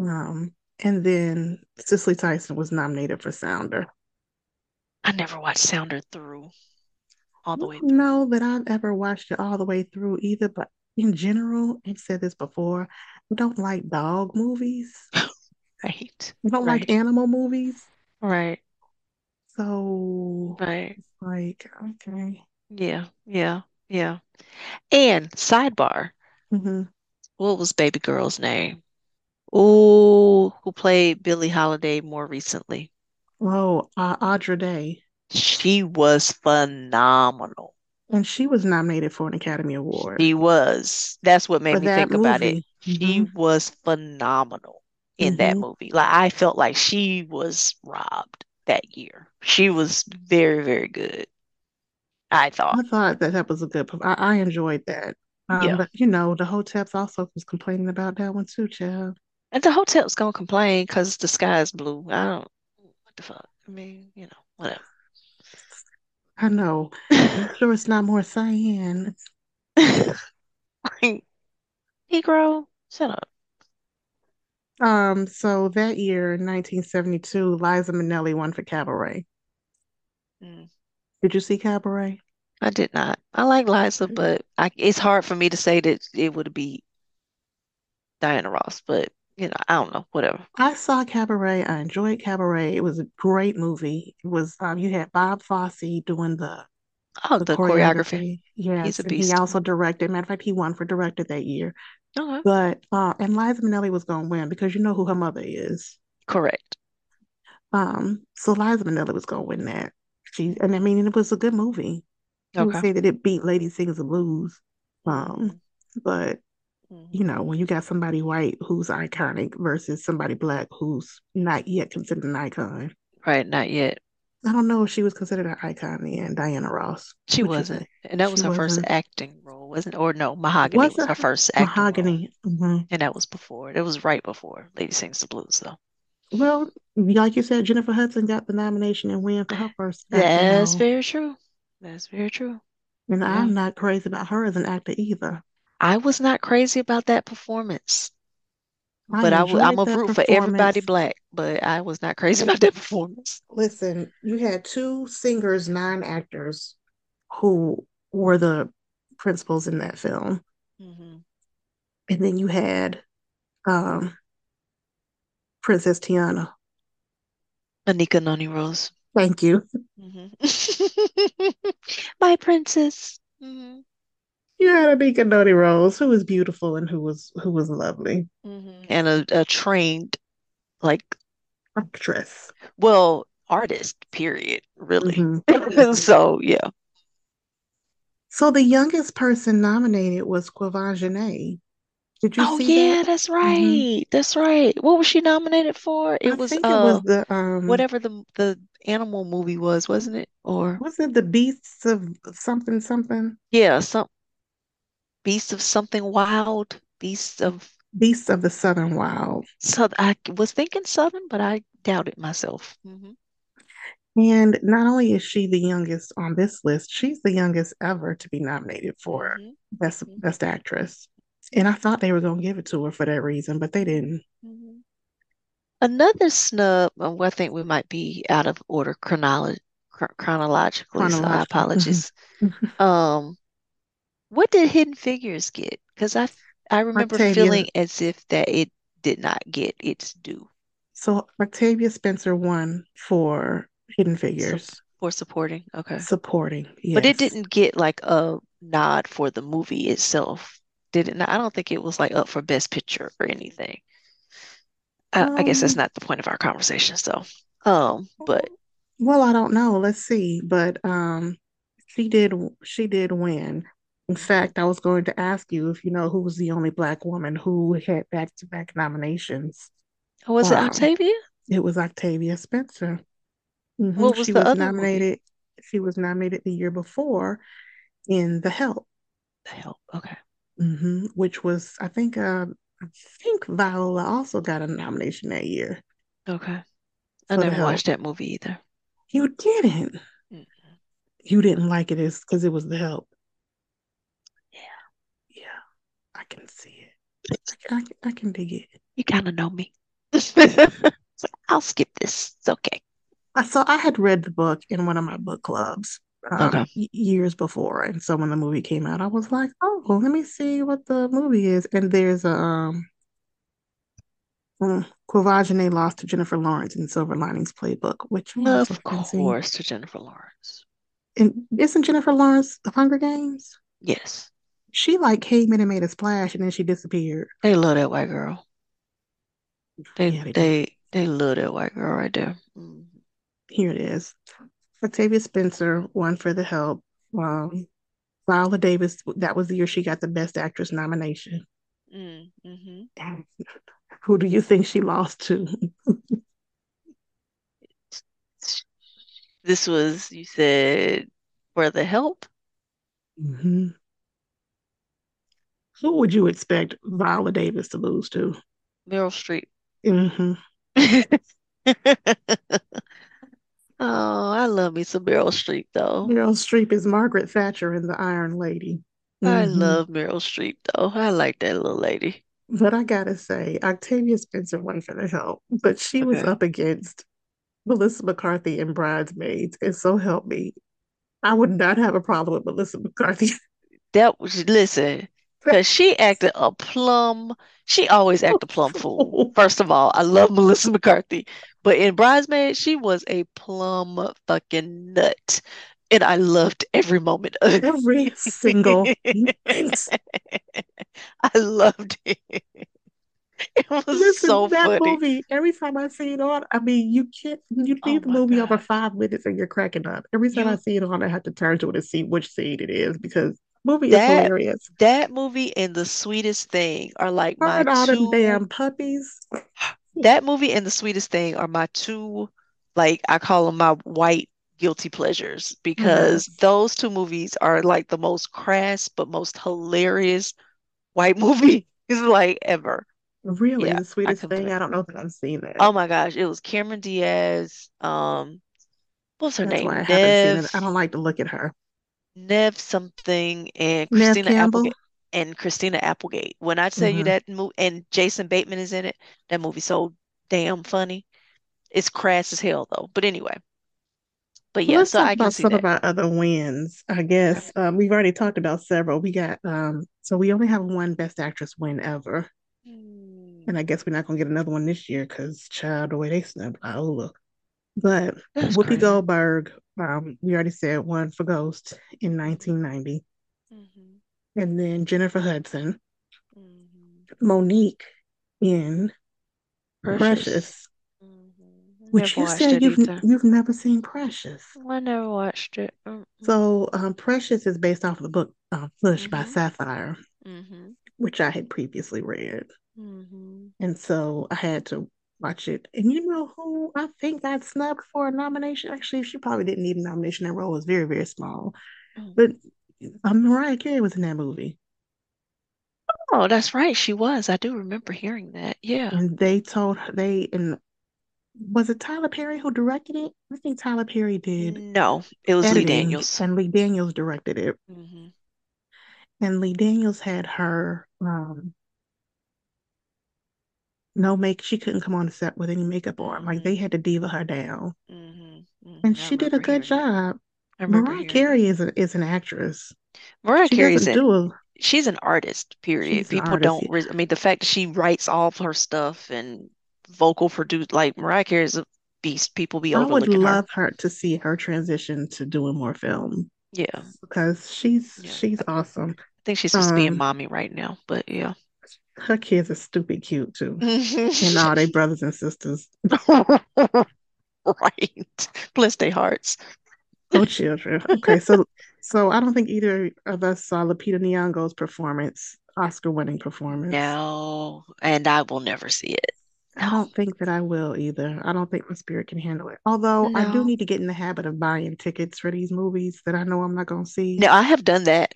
[SPEAKER 2] Um, and then Cicely Tyson was nominated for Sounder.
[SPEAKER 1] I never watched Sounder through, all
[SPEAKER 2] I
[SPEAKER 1] the way
[SPEAKER 2] don't
[SPEAKER 1] through.
[SPEAKER 2] know that I've ever watched it all the way through either, but in general, I've said this before, I don't like dog movies.
[SPEAKER 1] Right,
[SPEAKER 2] I don't like
[SPEAKER 1] right,
[SPEAKER 2] animal movies.
[SPEAKER 1] right,
[SPEAKER 2] So
[SPEAKER 1] right.
[SPEAKER 2] it's like, okay.
[SPEAKER 1] Yeah, yeah, yeah. And sidebar,
[SPEAKER 2] hmm
[SPEAKER 1] what was baby girl's name? Ooh, who played Billie Holiday more recently?
[SPEAKER 2] Oh, uh, Audra Day.
[SPEAKER 1] She was phenomenal.
[SPEAKER 2] And she was nominated for an Academy Award
[SPEAKER 1] She was. That's what
[SPEAKER 2] for
[SPEAKER 1] made me
[SPEAKER 2] that
[SPEAKER 1] think about it.
[SPEAKER 2] movie.
[SPEAKER 1] She
[SPEAKER 2] hmm
[SPEAKER 1] was phenomenal in that
[SPEAKER 2] hmm
[SPEAKER 1] movie. Like I felt like she was robbed that year. She was very, very good, I thought.
[SPEAKER 2] I thought that that was a good, perf- I, I enjoyed that. Um,
[SPEAKER 1] Mm-hmm. Yeah.
[SPEAKER 2] but you know, the Hoteps also was complaining about that one too, child.
[SPEAKER 1] And the hotel's gonna complain because the sky is blue. I don't, what the fuck? I mean, you know, whatever.
[SPEAKER 2] I know.
[SPEAKER 1] Mm-hmm.
[SPEAKER 2] I'm sure it's not more cyan.
[SPEAKER 1] Like, Negro, shut up.
[SPEAKER 2] Um, so that year in 1972, Liza Minnelli won for Cabaret.
[SPEAKER 1] Mm,
[SPEAKER 2] Did you see Cabaret?
[SPEAKER 1] I did not. I like
[SPEAKER 2] Mm-hmm.
[SPEAKER 1] Liza, but I, it's hard for me to say that it would be Diana Ross, but you know, I don't know, whatever.
[SPEAKER 2] I saw Cabaret. I enjoyed Cabaret. It was a great movie. It was um, you had Bob Fosse doing the
[SPEAKER 1] Oh,
[SPEAKER 2] the
[SPEAKER 1] the choreographer.
[SPEAKER 2] choreography.
[SPEAKER 1] He's a
[SPEAKER 2] Yes, and he
[SPEAKER 1] beast.
[SPEAKER 2] also directed. Matter of fact, he won for director that year.
[SPEAKER 1] Okay.
[SPEAKER 2] But uh, and Liza Minnelli was going to win because you know who her mother is.
[SPEAKER 1] Correct.
[SPEAKER 2] Um, so Liza Minnelli was going to win that. She and I mean it was a good movie. People
[SPEAKER 1] Okay.
[SPEAKER 2] say that it beat Lady Sings the Blues. Um,
[SPEAKER 1] Mm-hmm.
[SPEAKER 2] but you
[SPEAKER 1] Mm-hmm.
[SPEAKER 2] know, when you got somebody white who's iconic versus somebody black who's not yet considered an icon.
[SPEAKER 1] Right, not yet.
[SPEAKER 2] I don't know if she was considered an icon then, Diana Ross.
[SPEAKER 1] She
[SPEAKER 2] What you think?
[SPEAKER 1] wasn't. And that was
[SPEAKER 2] She
[SPEAKER 1] her first
[SPEAKER 2] wasn't.
[SPEAKER 1] acting role, wasn't it? Or no, Mahogany was
[SPEAKER 2] Wasn't
[SPEAKER 1] her
[SPEAKER 2] her
[SPEAKER 1] first acting role.
[SPEAKER 2] mahogany? hmm
[SPEAKER 1] And that was before. It was right before Lady Sings the Blues, though.
[SPEAKER 2] Well, like you said, Jennifer Hudson got the nomination and win for her first acting
[SPEAKER 1] That's
[SPEAKER 2] role.
[SPEAKER 1] very true. That's very true.
[SPEAKER 2] And
[SPEAKER 1] Yeah.
[SPEAKER 2] I'm not crazy about her as an actor either.
[SPEAKER 1] I was not crazy about that performance,
[SPEAKER 2] I
[SPEAKER 1] but I w I'm
[SPEAKER 2] enjoyed
[SPEAKER 1] a
[SPEAKER 2] that
[SPEAKER 1] root for everybody
[SPEAKER 2] performance.
[SPEAKER 1] black, but I was not crazy about that performance.
[SPEAKER 2] Listen, you had two singers, nine actors, who were the principals in that film. Mm-hmm.
[SPEAKER 1] hmm
[SPEAKER 2] And then you had um, Princess Tiana.
[SPEAKER 1] Anika Noni Rose.
[SPEAKER 2] Thank you.
[SPEAKER 1] hmm
[SPEAKER 2] Mm-hmm.
[SPEAKER 1] My princess. hmm
[SPEAKER 2] You had Anika Noni Rose, who was beautiful and who was who was lovely
[SPEAKER 1] hmm And a, a trained, like,
[SPEAKER 2] actress.
[SPEAKER 1] well, artist, period, really.
[SPEAKER 2] hmm
[SPEAKER 1] So, yeah.
[SPEAKER 2] So the youngest person nominated was Quavon Janae. Did you
[SPEAKER 1] Oh
[SPEAKER 2] see that?
[SPEAKER 1] yeah, that's
[SPEAKER 2] hmm
[SPEAKER 1] right. That's right. What was she nominated for? It
[SPEAKER 2] I
[SPEAKER 1] was
[SPEAKER 2] think it
[SPEAKER 1] uh
[SPEAKER 2] was the um
[SPEAKER 1] whatever the the animal movie was, wasn't it? Or
[SPEAKER 2] was it the Beasts of something something?
[SPEAKER 1] yeah, some Beast of something wild, Beast of
[SPEAKER 2] Beasts of the Southern Wild.
[SPEAKER 1] South. I was thinking Southern, but I doubted myself.
[SPEAKER 2] Mm-hmm.
[SPEAKER 1] hmm
[SPEAKER 2] And not only is she the youngest on this list, she's the youngest ever to be nominated for
[SPEAKER 1] hmm
[SPEAKER 2] best
[SPEAKER 1] hmm
[SPEAKER 2] best actress. And I thought they were going to give it to her for that reason, but they didn't.
[SPEAKER 1] hmm Another snub, uh, well, I think we might be out of order chronolo chron- chronologically, so I
[SPEAKER 2] Chronological. Mhm.
[SPEAKER 1] apologies. Um, what did Hidden Figures get? Because I I remember
[SPEAKER 2] Octavia.
[SPEAKER 1] feeling as if that it did not get its due
[SPEAKER 2] So Octavia Spencer won for Hidden
[SPEAKER 1] sup-
[SPEAKER 2] Figures,
[SPEAKER 1] for supporting. Okay.
[SPEAKER 2] supporting.
[SPEAKER 1] But it
[SPEAKER 2] Yes.
[SPEAKER 1] didn't get like a nod for the movie itself, did it not? I don't think it was like up for Best Picture or anything. I, I guess that's
[SPEAKER 2] Um.
[SPEAKER 1] not the point of our conversation, so um, but
[SPEAKER 2] Well, I don't know. Let's see. But um, she did. She did win. In
[SPEAKER 1] Mhm.
[SPEAKER 2] fact, I was going to ask you if you know who was the only Black woman who had back-to-back nominations.
[SPEAKER 1] Was it
[SPEAKER 2] Um,
[SPEAKER 1] Octavia?
[SPEAKER 2] it was Octavia Spencer. hmm
[SPEAKER 1] What was
[SPEAKER 2] She
[SPEAKER 1] the
[SPEAKER 2] was
[SPEAKER 1] other movie?
[SPEAKER 2] nominated. She was nominated the year before in The Help.
[SPEAKER 1] The help. Okay.
[SPEAKER 2] hmm which was I think uh, I think Viola also got a nomination that year
[SPEAKER 1] Okay. I
[SPEAKER 2] for The
[SPEAKER 1] never watched
[SPEAKER 2] Help.
[SPEAKER 1] that movie either.
[SPEAKER 2] You didn't.
[SPEAKER 1] Mm.
[SPEAKER 2] You didn't like it is because it was The Help.
[SPEAKER 1] Yeah.
[SPEAKER 2] Yeah, I can see it. I, can- I, can- I can dig it.
[SPEAKER 1] You kind of know me. So I'll skip this. It's okay.
[SPEAKER 2] I so I had read the book in one of my book clubs um,
[SPEAKER 1] Okay.
[SPEAKER 2] y- years before, and so when the movie came out, I was like, "Oh, well, let me see what the movie is." And there's a um, mm, Kovajene lost to Jennifer Lawrence in Silver Linings Playbook, which I also
[SPEAKER 1] Of
[SPEAKER 2] haven't seen.
[SPEAKER 1] course, to Jennifer Lawrence.
[SPEAKER 2] And isn't Jennifer Lawrence the Hunger Games?
[SPEAKER 1] Yes.
[SPEAKER 2] She like came in and made a splash, and then she disappeared.
[SPEAKER 1] They love that white girl. They
[SPEAKER 2] Yeah, they do.
[SPEAKER 1] they they love that white girl right there. Mm.
[SPEAKER 2] Here it is. Octavia Spencer won for The Help. Um, Viola Davis, that was the year she got the Best Actress nomination.
[SPEAKER 1] Mm, hmm
[SPEAKER 2] Who do you think she lost to?
[SPEAKER 1] This was, you said, for the help?
[SPEAKER 2] hmm Who would you expect Viola Davis to lose to?
[SPEAKER 1] Meryl Streep.
[SPEAKER 2] hmm
[SPEAKER 1] Oh, I love me some Meryl Streep though.
[SPEAKER 2] Meryl Streep is Margaret Thatcher in The Iron Lady.
[SPEAKER 1] I
[SPEAKER 2] hmm
[SPEAKER 1] love Meryl Streep though. I like that little lady.
[SPEAKER 2] But I gotta say, Octavia Spencer won for The Help, but she was
[SPEAKER 1] Okay.
[SPEAKER 2] up against Melissa McCarthy in Bridesmaids, and so help me, I would not have a problem with Melissa McCarthy.
[SPEAKER 1] That was listen, because she acted a plum. She always act a plum fool. First of all, I love Melissa McCarthy, but in Bridesmaid, she was a plum fucking nut, and I loved every moment of
[SPEAKER 2] Every single moment.
[SPEAKER 1] it. I loved it. It was
[SPEAKER 2] Listen,
[SPEAKER 1] so
[SPEAKER 2] that
[SPEAKER 1] funny.
[SPEAKER 2] movie, every time I see it on, I mean, you can't, you
[SPEAKER 1] Oh
[SPEAKER 2] leave the
[SPEAKER 1] my
[SPEAKER 2] movie over
[SPEAKER 1] God,
[SPEAKER 2] five minutes and you're cracking up. Every time I
[SPEAKER 1] you
[SPEAKER 2] see it on, I have to turn to it and see which scene it is because the movie is
[SPEAKER 1] that
[SPEAKER 2] hilarious.
[SPEAKER 1] that movie and The Sweetest Thing are like
[SPEAKER 2] Her
[SPEAKER 1] my
[SPEAKER 2] and all them
[SPEAKER 1] two.
[SPEAKER 2] damn puppies.
[SPEAKER 1] That movie and The Sweetest Thing are my two, like I call them my white guilty pleasures because
[SPEAKER 2] Yes.
[SPEAKER 1] those two movies are like the most crass but most hilarious white movie is like ever.
[SPEAKER 2] Really,
[SPEAKER 1] Yeah,
[SPEAKER 2] the
[SPEAKER 1] I
[SPEAKER 2] sweetest
[SPEAKER 1] couldn't
[SPEAKER 2] thing.
[SPEAKER 1] believe.
[SPEAKER 2] I don't know that I've seen that.
[SPEAKER 1] Oh my gosh, it was Cameron Diaz. Um, what's her
[SPEAKER 2] That's why I
[SPEAKER 1] name?
[SPEAKER 2] haven't seen it.
[SPEAKER 1] Nev,
[SPEAKER 2] I don't like to look at her.
[SPEAKER 1] Nev something, and
[SPEAKER 2] Nev
[SPEAKER 1] Christina
[SPEAKER 2] Campbell.
[SPEAKER 1] Applegate. And Christina Applegate. When I tell you
[SPEAKER 2] hmm
[SPEAKER 1] that movie, and Jason Bateman is in it, that movie's so damn funny. It's crass as hell though. But anyway. But
[SPEAKER 2] Well,
[SPEAKER 1] yeah,
[SPEAKER 2] let's
[SPEAKER 1] so
[SPEAKER 2] talk
[SPEAKER 1] I can
[SPEAKER 2] about
[SPEAKER 1] see
[SPEAKER 2] some of
[SPEAKER 1] that.
[SPEAKER 2] our other wins, I guess. Um, we've already talked about several. We got um, so we only have one Best Actress win ever, and
[SPEAKER 1] Mm.
[SPEAKER 2] I guess we're not gonna get another one this year because child, the way they snubbed Viola. But
[SPEAKER 1] That's
[SPEAKER 2] Whoopi
[SPEAKER 1] crazy.
[SPEAKER 2] Goldberg, um, we already said one for Ghost in
[SPEAKER 1] hmm
[SPEAKER 2] 1990,
[SPEAKER 1] hmm
[SPEAKER 2] and then Jennifer Hudson,
[SPEAKER 1] hmm
[SPEAKER 2] Monique in
[SPEAKER 1] Precious.
[SPEAKER 2] Precious,
[SPEAKER 1] hmm
[SPEAKER 2] which
[SPEAKER 1] Never
[SPEAKER 2] you
[SPEAKER 1] watched
[SPEAKER 2] said
[SPEAKER 1] it
[SPEAKER 2] you've
[SPEAKER 1] either.
[SPEAKER 2] you've never seen Precious.
[SPEAKER 1] I never watched it. Mm-mm.
[SPEAKER 2] So um, Precious is based off of the book uh, Push by
[SPEAKER 1] hmm
[SPEAKER 2] Sapphire.
[SPEAKER 1] hmm
[SPEAKER 2] which I had previously read.
[SPEAKER 1] hmm
[SPEAKER 2] And so I had to watch it. And you know who I think got snubbed for a nomination? Actually, she probably didn't need a nomination. Her role was very, very small.
[SPEAKER 1] Oh,
[SPEAKER 2] But um, Mariah Carey was in that movie.
[SPEAKER 1] Oh, that's right. She was. I do remember hearing that. Yeah.
[SPEAKER 2] And they told her, they, and was it Tyler Perry who directed it? I think Tyler Perry did
[SPEAKER 1] No, it was Lee
[SPEAKER 2] editing,
[SPEAKER 1] Daniels.
[SPEAKER 2] and Lee Daniels directed it.
[SPEAKER 1] hmm
[SPEAKER 2] And Lee Daniels had her um, no make, she couldn't come on the set with any makeup on. Like they
[SPEAKER 1] hmm
[SPEAKER 2] had to diva her down.
[SPEAKER 1] hmm
[SPEAKER 2] And
[SPEAKER 1] hmm I
[SPEAKER 2] she did a
[SPEAKER 1] remember
[SPEAKER 2] good
[SPEAKER 1] hearing that.
[SPEAKER 2] job.
[SPEAKER 1] I remember
[SPEAKER 2] Mariah
[SPEAKER 1] hearing that.
[SPEAKER 2] Carey is a, is an actress.
[SPEAKER 1] Mariah
[SPEAKER 2] She
[SPEAKER 1] Carey's
[SPEAKER 2] doesn't
[SPEAKER 1] an
[SPEAKER 2] do a
[SPEAKER 1] she's an artist, period.
[SPEAKER 2] she's an
[SPEAKER 1] People
[SPEAKER 2] artist.
[SPEAKER 1] don't re I mean the fact that she writes all of her stuff and vocal produce like Mariah Carey's a beast. People be
[SPEAKER 2] I would
[SPEAKER 1] overlooking her.
[SPEAKER 2] love her to see her transition to doing more film
[SPEAKER 1] Yeah.
[SPEAKER 2] because she's
[SPEAKER 1] Yeah.
[SPEAKER 2] she's
[SPEAKER 1] I
[SPEAKER 2] awesome.
[SPEAKER 1] think she's just being
[SPEAKER 2] Um,
[SPEAKER 1] mommy right now, but yeah.
[SPEAKER 2] her kids are stupid cute too,
[SPEAKER 1] Mm-hmm.
[SPEAKER 2] and all
[SPEAKER 1] Right.
[SPEAKER 2] they brothers and sisters,
[SPEAKER 1] Bless their hearts.
[SPEAKER 2] oh children. Okay, so so I don't think either of us saw Lupita Nyong'o's performance, Oscar-winning performance.
[SPEAKER 1] No, and I will never see it.
[SPEAKER 2] I
[SPEAKER 1] No.
[SPEAKER 2] don't think that I will either. I don't think my spirit can handle it. Although I do
[SPEAKER 1] No.
[SPEAKER 2] need to get in the habit of buying tickets for these movies that I know I'm not gonna see.
[SPEAKER 1] Now I have done that.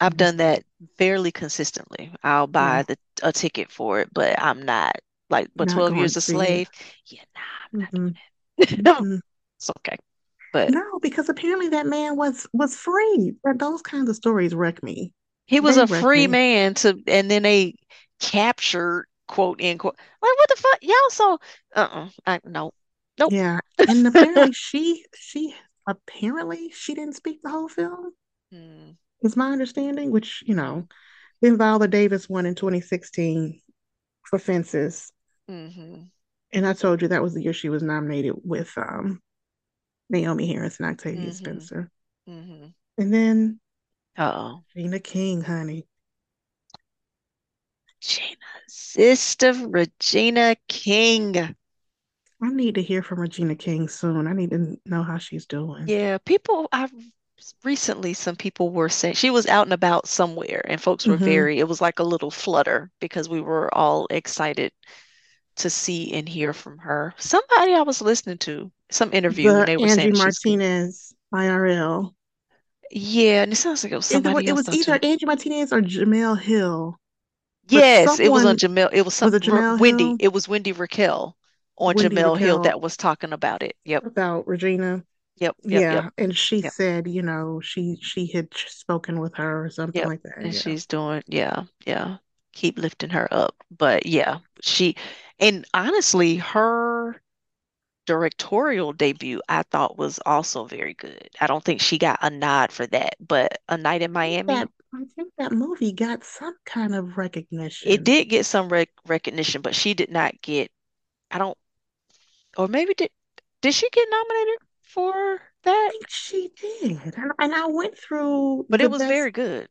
[SPEAKER 1] I've
[SPEAKER 2] Mhm.
[SPEAKER 1] done that fairly consistently. I'll
[SPEAKER 2] Yeah,
[SPEAKER 1] buy the a ticket for it, but I'm not like but
[SPEAKER 2] Mm-hmm. not
[SPEAKER 1] 12
[SPEAKER 2] going Mm-hmm.
[SPEAKER 1] Years
[SPEAKER 2] to
[SPEAKER 1] a
[SPEAKER 2] see it.
[SPEAKER 1] Slave. Yeah, nah, I'm not
[SPEAKER 2] Mm-mm,
[SPEAKER 1] doing it. No,
[SPEAKER 2] mm-mm.
[SPEAKER 1] it's okay. But
[SPEAKER 2] No, because apparently that man was was free. But those kinds of stories wreck me.
[SPEAKER 1] he was
[SPEAKER 2] They
[SPEAKER 1] a
[SPEAKER 2] wreck
[SPEAKER 1] free
[SPEAKER 2] me.
[SPEAKER 1] man to and then they captured quote end quote. Like what the fuck? Y'all so uh-uh. I, no. Nope.
[SPEAKER 2] Yeah, and apparently she she apparently she didn't speak the whole film.
[SPEAKER 1] Mm,
[SPEAKER 2] Is my understanding, which you
[SPEAKER 1] mm,
[SPEAKER 2] know, then Viola Davis won in 2016 for Fences,
[SPEAKER 1] mm-hmm.
[SPEAKER 2] and I told you that was the year she was nominated with um Naomi Harris and Octavia
[SPEAKER 1] Mm-hmm.
[SPEAKER 2] Spencer,
[SPEAKER 1] Mm-hmm.
[SPEAKER 2] and then
[SPEAKER 1] Uh-oh.
[SPEAKER 2] Regina King, honey.
[SPEAKER 1] Gina. Sister Regina King.
[SPEAKER 2] I need to hear from Regina King soon. I need to know how she's doing.
[SPEAKER 1] Yeah, people, I recently some people were saying she was out and about somewhere, and folks were
[SPEAKER 2] hmm
[SPEAKER 1] very, it was like a little flutter because we were all excited to see and hear from her. Somebody I was listening to, some interview, and
[SPEAKER 2] The
[SPEAKER 1] they were
[SPEAKER 2] Angie
[SPEAKER 1] saying she was good.
[SPEAKER 2] Martinez IRL.
[SPEAKER 1] Yeah, and it sounds like it was
[SPEAKER 2] It, wa-
[SPEAKER 1] somebody
[SPEAKER 2] it
[SPEAKER 1] else
[SPEAKER 2] was
[SPEAKER 1] though
[SPEAKER 2] either
[SPEAKER 1] too.
[SPEAKER 2] Angie Martinez or Jamel Hill, but
[SPEAKER 1] Yes, it was on
[SPEAKER 2] someone
[SPEAKER 1] Jamel. It was some
[SPEAKER 2] was it
[SPEAKER 1] R
[SPEAKER 2] Jamel
[SPEAKER 1] Wendy.
[SPEAKER 2] Hill,
[SPEAKER 1] It was Wendy Raquel on
[SPEAKER 2] Wendy
[SPEAKER 1] Jamel Hill
[SPEAKER 2] Raquel
[SPEAKER 1] that was talking about it. Yep,
[SPEAKER 2] about Regina.
[SPEAKER 1] yep, yep, yep,
[SPEAKER 2] Yeah, and she
[SPEAKER 1] yep,
[SPEAKER 2] said, you know, she she had spoken with her or something
[SPEAKER 1] yep.
[SPEAKER 2] like that.
[SPEAKER 1] And
[SPEAKER 2] Yeah.
[SPEAKER 1] she's doing, yeah, yeah. Keep lifting her up. But yeah, she, and honestly, her directorial debut I thought was also very good. I don't think she got a nod for that, but A Night in
[SPEAKER 2] I think that
[SPEAKER 1] Miami,
[SPEAKER 2] I think that movie got some kind of
[SPEAKER 1] it
[SPEAKER 2] recognition.
[SPEAKER 1] did get some rec recognition, but she did not get, I don't, or maybe did did she get nominated for
[SPEAKER 2] I
[SPEAKER 1] that?
[SPEAKER 2] think she did. And, and I went through
[SPEAKER 1] But it
[SPEAKER 2] the
[SPEAKER 1] was
[SPEAKER 2] best.
[SPEAKER 1] very good.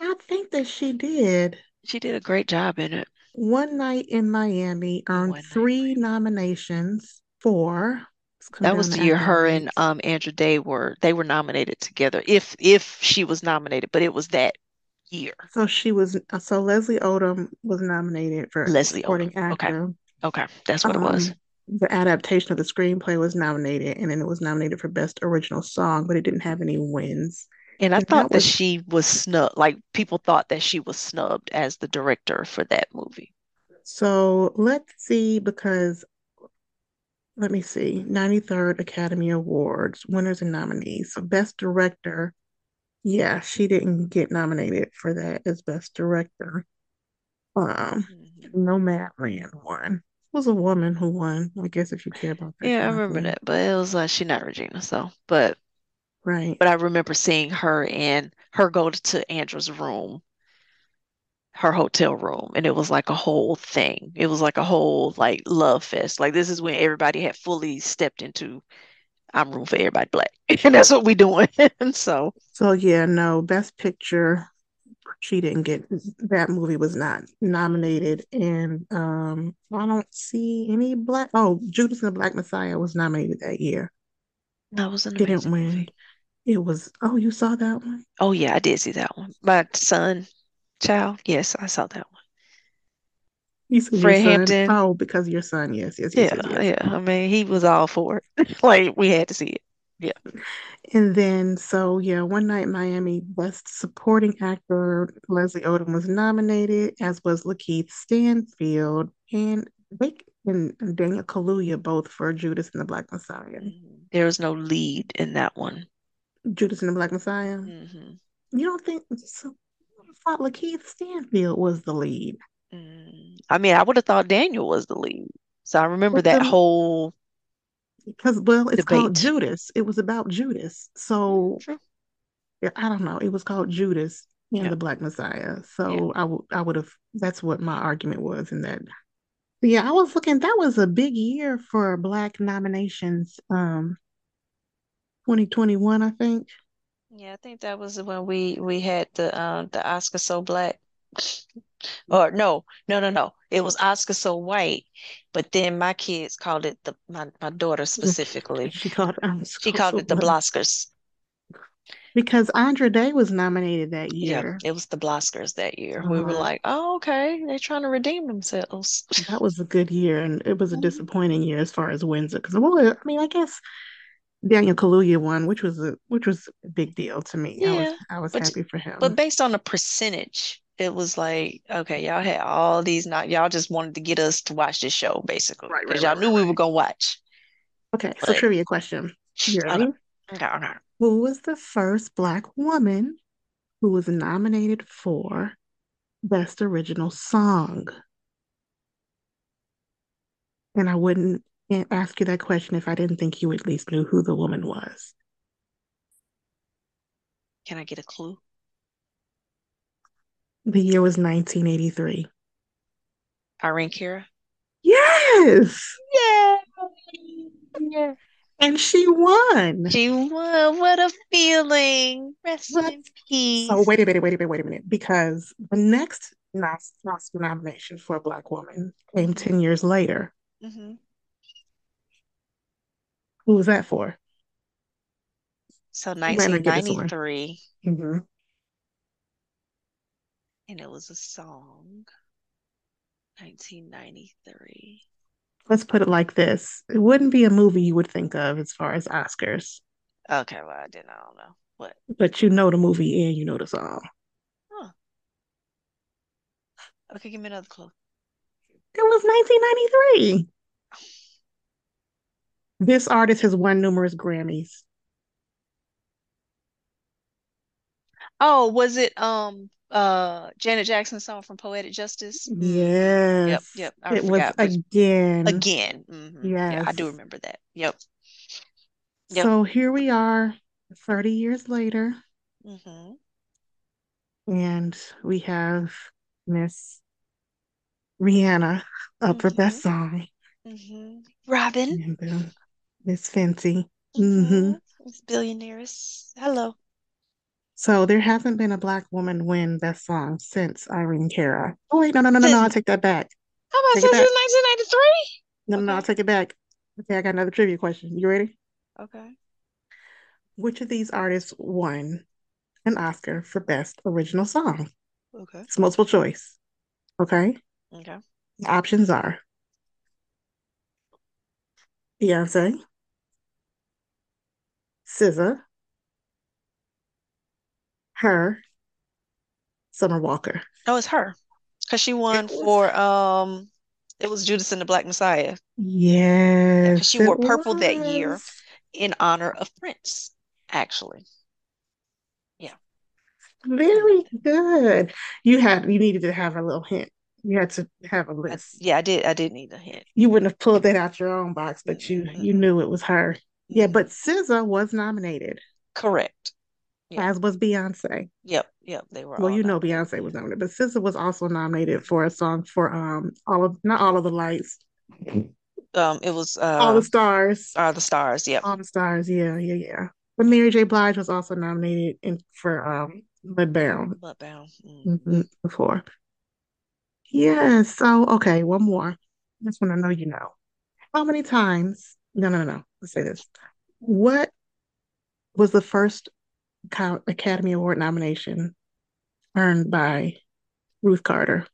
[SPEAKER 2] I think that she did.
[SPEAKER 1] She did a great job in it.
[SPEAKER 2] One Night in Miami earned
[SPEAKER 1] One night.
[SPEAKER 2] three nominations for, let's come
[SPEAKER 1] That was
[SPEAKER 2] down to
[SPEAKER 1] the year her and
[SPEAKER 2] accolades.
[SPEAKER 1] um Andrew Day were they were nominated together. If if she was nominated, but it was that year.
[SPEAKER 2] So she was, so Leslie Odom was nominated for
[SPEAKER 1] Leslie Odom.
[SPEAKER 2] supporting
[SPEAKER 1] Okay.
[SPEAKER 2] actor.
[SPEAKER 1] Okay. That's what it was.
[SPEAKER 2] Um, the adaptation of the screenplay was nominated, and then it was nominated for Best Original Song, but it didn't have any wins.
[SPEAKER 1] And I
[SPEAKER 2] And that
[SPEAKER 1] thought that
[SPEAKER 2] was,
[SPEAKER 1] she was snubbed, like people thought that she was snubbed as the director for that movie.
[SPEAKER 2] so let's see, because let me see, 93rd Academy Awards, winners and nominees. So Best Director. Yeah, she didn't get nominated for that as Best Director. Um,
[SPEAKER 1] hmm
[SPEAKER 2] Nomadland won. It was a woman who won, I guess if you care about that
[SPEAKER 1] Yeah, I
[SPEAKER 2] kind of
[SPEAKER 1] remember
[SPEAKER 2] thing.
[SPEAKER 1] that, but it was uh, she not Regina, so but
[SPEAKER 2] Right.
[SPEAKER 1] but I remember seeing her and her go to Andrew's room, her hotel room, and it was like a whole thing. It was like a whole like love fest. Like this is when everybody had fully stepped into I'm room for everybody black, and that's what we doing. And so
[SPEAKER 2] So yeah, no, Best Picture, she didn't get that movie was not nominated. And um I don't see any black oh, Judas and the Black Messiah was nominated that year.
[SPEAKER 1] that was an
[SPEAKER 2] Didn't
[SPEAKER 1] amazing
[SPEAKER 2] win.
[SPEAKER 1] movie.
[SPEAKER 2] It was oh, you saw that one?
[SPEAKER 1] Oh yeah, I did see that one. My son. Child, yes, I saw that one.
[SPEAKER 2] You said your
[SPEAKER 1] Fred
[SPEAKER 2] son.
[SPEAKER 1] Hampton.
[SPEAKER 2] Oh, because your son. Yes, yes, yes,
[SPEAKER 1] Yeah,
[SPEAKER 2] yes, yes.
[SPEAKER 1] yeah. I mean, he was all for it. Like we had to see it. Yeah.
[SPEAKER 2] And then, so yeah, One Night in Miami, Best Supporting Actor Leslie Odom was nominated, as was Lakeith Stanfield and Vic and Daniel Kaluuya, both for Judas and the Black Messiah.
[SPEAKER 1] Mhm. There was no lead in that one.
[SPEAKER 2] Judas and the Black Messiah.
[SPEAKER 1] hmm
[SPEAKER 2] You don't think? So, I thought Lakeith Stanfield was the lead.
[SPEAKER 1] Mm. I mean, I would have thought Daniel was the lead. So I remember
[SPEAKER 2] But
[SPEAKER 1] that
[SPEAKER 2] the
[SPEAKER 1] whole
[SPEAKER 2] because well, it's called
[SPEAKER 1] debate.
[SPEAKER 2] Judas. It was about Judas.
[SPEAKER 1] Mm,
[SPEAKER 2] So
[SPEAKER 1] True.
[SPEAKER 2] yeah, I don't know. It was called Judas and
[SPEAKER 1] Yeah.
[SPEAKER 2] the Black Messiah.
[SPEAKER 1] Yeah.
[SPEAKER 2] So I would I would have that's what my argument was in that. Yeah, I was looking, that was a big year for black nominations. Um 2021, I think.
[SPEAKER 1] Yeah, I think that was when we we had the um the Oscar so black. Or no, no, no, no. It was Oscar so white, but then my kids called it the my, my daughter specifically.
[SPEAKER 2] She called um,
[SPEAKER 1] She
[SPEAKER 2] so,
[SPEAKER 1] called
[SPEAKER 2] so
[SPEAKER 1] it the
[SPEAKER 2] black.
[SPEAKER 1] Bloskers.
[SPEAKER 2] Because Andra Day was nominated that
[SPEAKER 1] Yeah,
[SPEAKER 2] year.
[SPEAKER 1] it was the Bloskers that year. We were
[SPEAKER 2] Uh,
[SPEAKER 1] like, oh, okay, they're trying to redeem themselves.
[SPEAKER 2] that was a good year and it was a
[SPEAKER 1] Mhm.
[SPEAKER 2] disappointing year as far as wins are concerned. Well, I mean, I guess Daniel Kaluuya won, which was a which was a big deal to me. I was
[SPEAKER 1] Yeah,
[SPEAKER 2] I was
[SPEAKER 1] but
[SPEAKER 2] happy for
[SPEAKER 1] but
[SPEAKER 2] him.
[SPEAKER 1] based on the percentage, it was like, okay, y'all had all these not y'all just wanted to get us to watch this show basically
[SPEAKER 2] Right, right,
[SPEAKER 1] because
[SPEAKER 2] right,
[SPEAKER 1] y'all
[SPEAKER 2] right,
[SPEAKER 1] knew we were
[SPEAKER 2] right.
[SPEAKER 1] gonna watch.
[SPEAKER 2] Okay, so
[SPEAKER 1] But
[SPEAKER 2] trivia question. You
[SPEAKER 1] okay,
[SPEAKER 2] ready?
[SPEAKER 1] okay, okay.
[SPEAKER 2] Who was the first black woman who was nominated for Best Original Song? And I wouldn't a- ask you that question if I didn't think you at least knew who the woman was.
[SPEAKER 1] Can I get a clue?
[SPEAKER 2] The year was 1983.
[SPEAKER 1] Irene Cara.
[SPEAKER 2] Yes!
[SPEAKER 1] Yeah, yeah.
[SPEAKER 2] And she won.
[SPEAKER 1] She won. What a feeling. Rest
[SPEAKER 2] What?
[SPEAKER 1] in
[SPEAKER 2] So
[SPEAKER 1] peace.
[SPEAKER 2] wait a minute, wait a minute, wait a minute, because the next Nos- Oscar nomination for a black woman came
[SPEAKER 1] hmm
[SPEAKER 2] 10 years later.
[SPEAKER 1] hmm
[SPEAKER 2] Who was that for?
[SPEAKER 1] So
[SPEAKER 2] You might not get this one.
[SPEAKER 1] 1993,
[SPEAKER 2] hmm
[SPEAKER 1] and it was a song. 1993.
[SPEAKER 2] Let's put it like this. It wouldn't be a movie you would think of as far as Oscars,
[SPEAKER 1] Okay, well, I didn't. I don't know. What?
[SPEAKER 2] but you know the movie and you know the song.
[SPEAKER 1] Huh. Okay, give me another clue.
[SPEAKER 2] It was 1993. This artist has won numerous Grammys.
[SPEAKER 1] Oh, was it um uh Janet Jackson's song from Poetic Justice? Mm-hmm. Yep,
[SPEAKER 2] Yes,
[SPEAKER 1] yep. I
[SPEAKER 2] it was
[SPEAKER 1] forgot which
[SPEAKER 2] again.
[SPEAKER 1] again. Mm-hmm. Yeah, I do
[SPEAKER 2] Yes.
[SPEAKER 1] remember that. Yep, yep.
[SPEAKER 2] So here we are, 30 years later,
[SPEAKER 1] Mm-hmm.
[SPEAKER 2] and we have Miss Rihanna up for
[SPEAKER 1] Mm-hmm.
[SPEAKER 2] Best Song,
[SPEAKER 1] Mm-hmm. Robin.
[SPEAKER 2] and then Miss Fenty. hmm
[SPEAKER 1] Mm-hmm. It's billionaires. Hello.
[SPEAKER 2] So there hasn't been a black woman win Best Song since Irene Cara. Oh wait, no, no, no, no, no. I
[SPEAKER 1] Since
[SPEAKER 2] take that back.
[SPEAKER 1] how about
[SPEAKER 2] Take it
[SPEAKER 1] since
[SPEAKER 2] back.
[SPEAKER 1] it's 1993?
[SPEAKER 2] No, no, no. I
[SPEAKER 1] Okay.
[SPEAKER 2] take it back. Okay, I got another trivia question. You ready?
[SPEAKER 1] Okay.
[SPEAKER 2] Which of these artists won an Oscar for Best Original Song?
[SPEAKER 1] Okay.
[SPEAKER 2] It's multiple choice. Okay.
[SPEAKER 1] Okay.
[SPEAKER 2] The options are Beyonce, SZA, her, Summer Walker.
[SPEAKER 1] Oh, it's her. Because she
[SPEAKER 2] It
[SPEAKER 1] won
[SPEAKER 2] was.
[SPEAKER 1] for um it was Judas and the Black Messiah. Yeah, because
[SPEAKER 2] Yes,
[SPEAKER 1] she
[SPEAKER 2] it
[SPEAKER 1] wore purple that year
[SPEAKER 2] was.
[SPEAKER 1] in honor of Prince, actually. Yeah, I love
[SPEAKER 2] Very
[SPEAKER 1] that.
[SPEAKER 2] good. You had you needed to have a little hint. You had to have a
[SPEAKER 1] I,
[SPEAKER 2] list.
[SPEAKER 1] yeah, I did. I did need a hint.
[SPEAKER 2] You wouldn't have pulled that out your own box, but
[SPEAKER 1] Mm-mm,
[SPEAKER 2] you you
[SPEAKER 1] mm-mm,
[SPEAKER 2] knew it was her. Yeah, but
[SPEAKER 1] mm-mm.
[SPEAKER 2] SZA was nominated,
[SPEAKER 1] Correct. Yeah.
[SPEAKER 2] as was Beyonce.
[SPEAKER 1] Yep. Yep. They were
[SPEAKER 2] Well,
[SPEAKER 1] all
[SPEAKER 2] you know
[SPEAKER 1] nominated.
[SPEAKER 2] Beyonce
[SPEAKER 1] Yeah.
[SPEAKER 2] was nominated, but SZA was also nominated for a song for um all of not all of the lights,
[SPEAKER 1] Um, it was
[SPEAKER 2] all
[SPEAKER 1] uh,
[SPEAKER 2] the stars,
[SPEAKER 1] are the stars. Yep.
[SPEAKER 2] all the stars. Yeah, yeah, yeah. But Mary J. Blige was also nominated in for um Mudbound
[SPEAKER 1] Mudbound. Mm-hmm.
[SPEAKER 2] mhm, before. Yeah. So okay, one more. This one I know you know. How many times? No, no, no. no. Let's say this. What was the first co- Academy Award nomination earned by? Ruth Carter.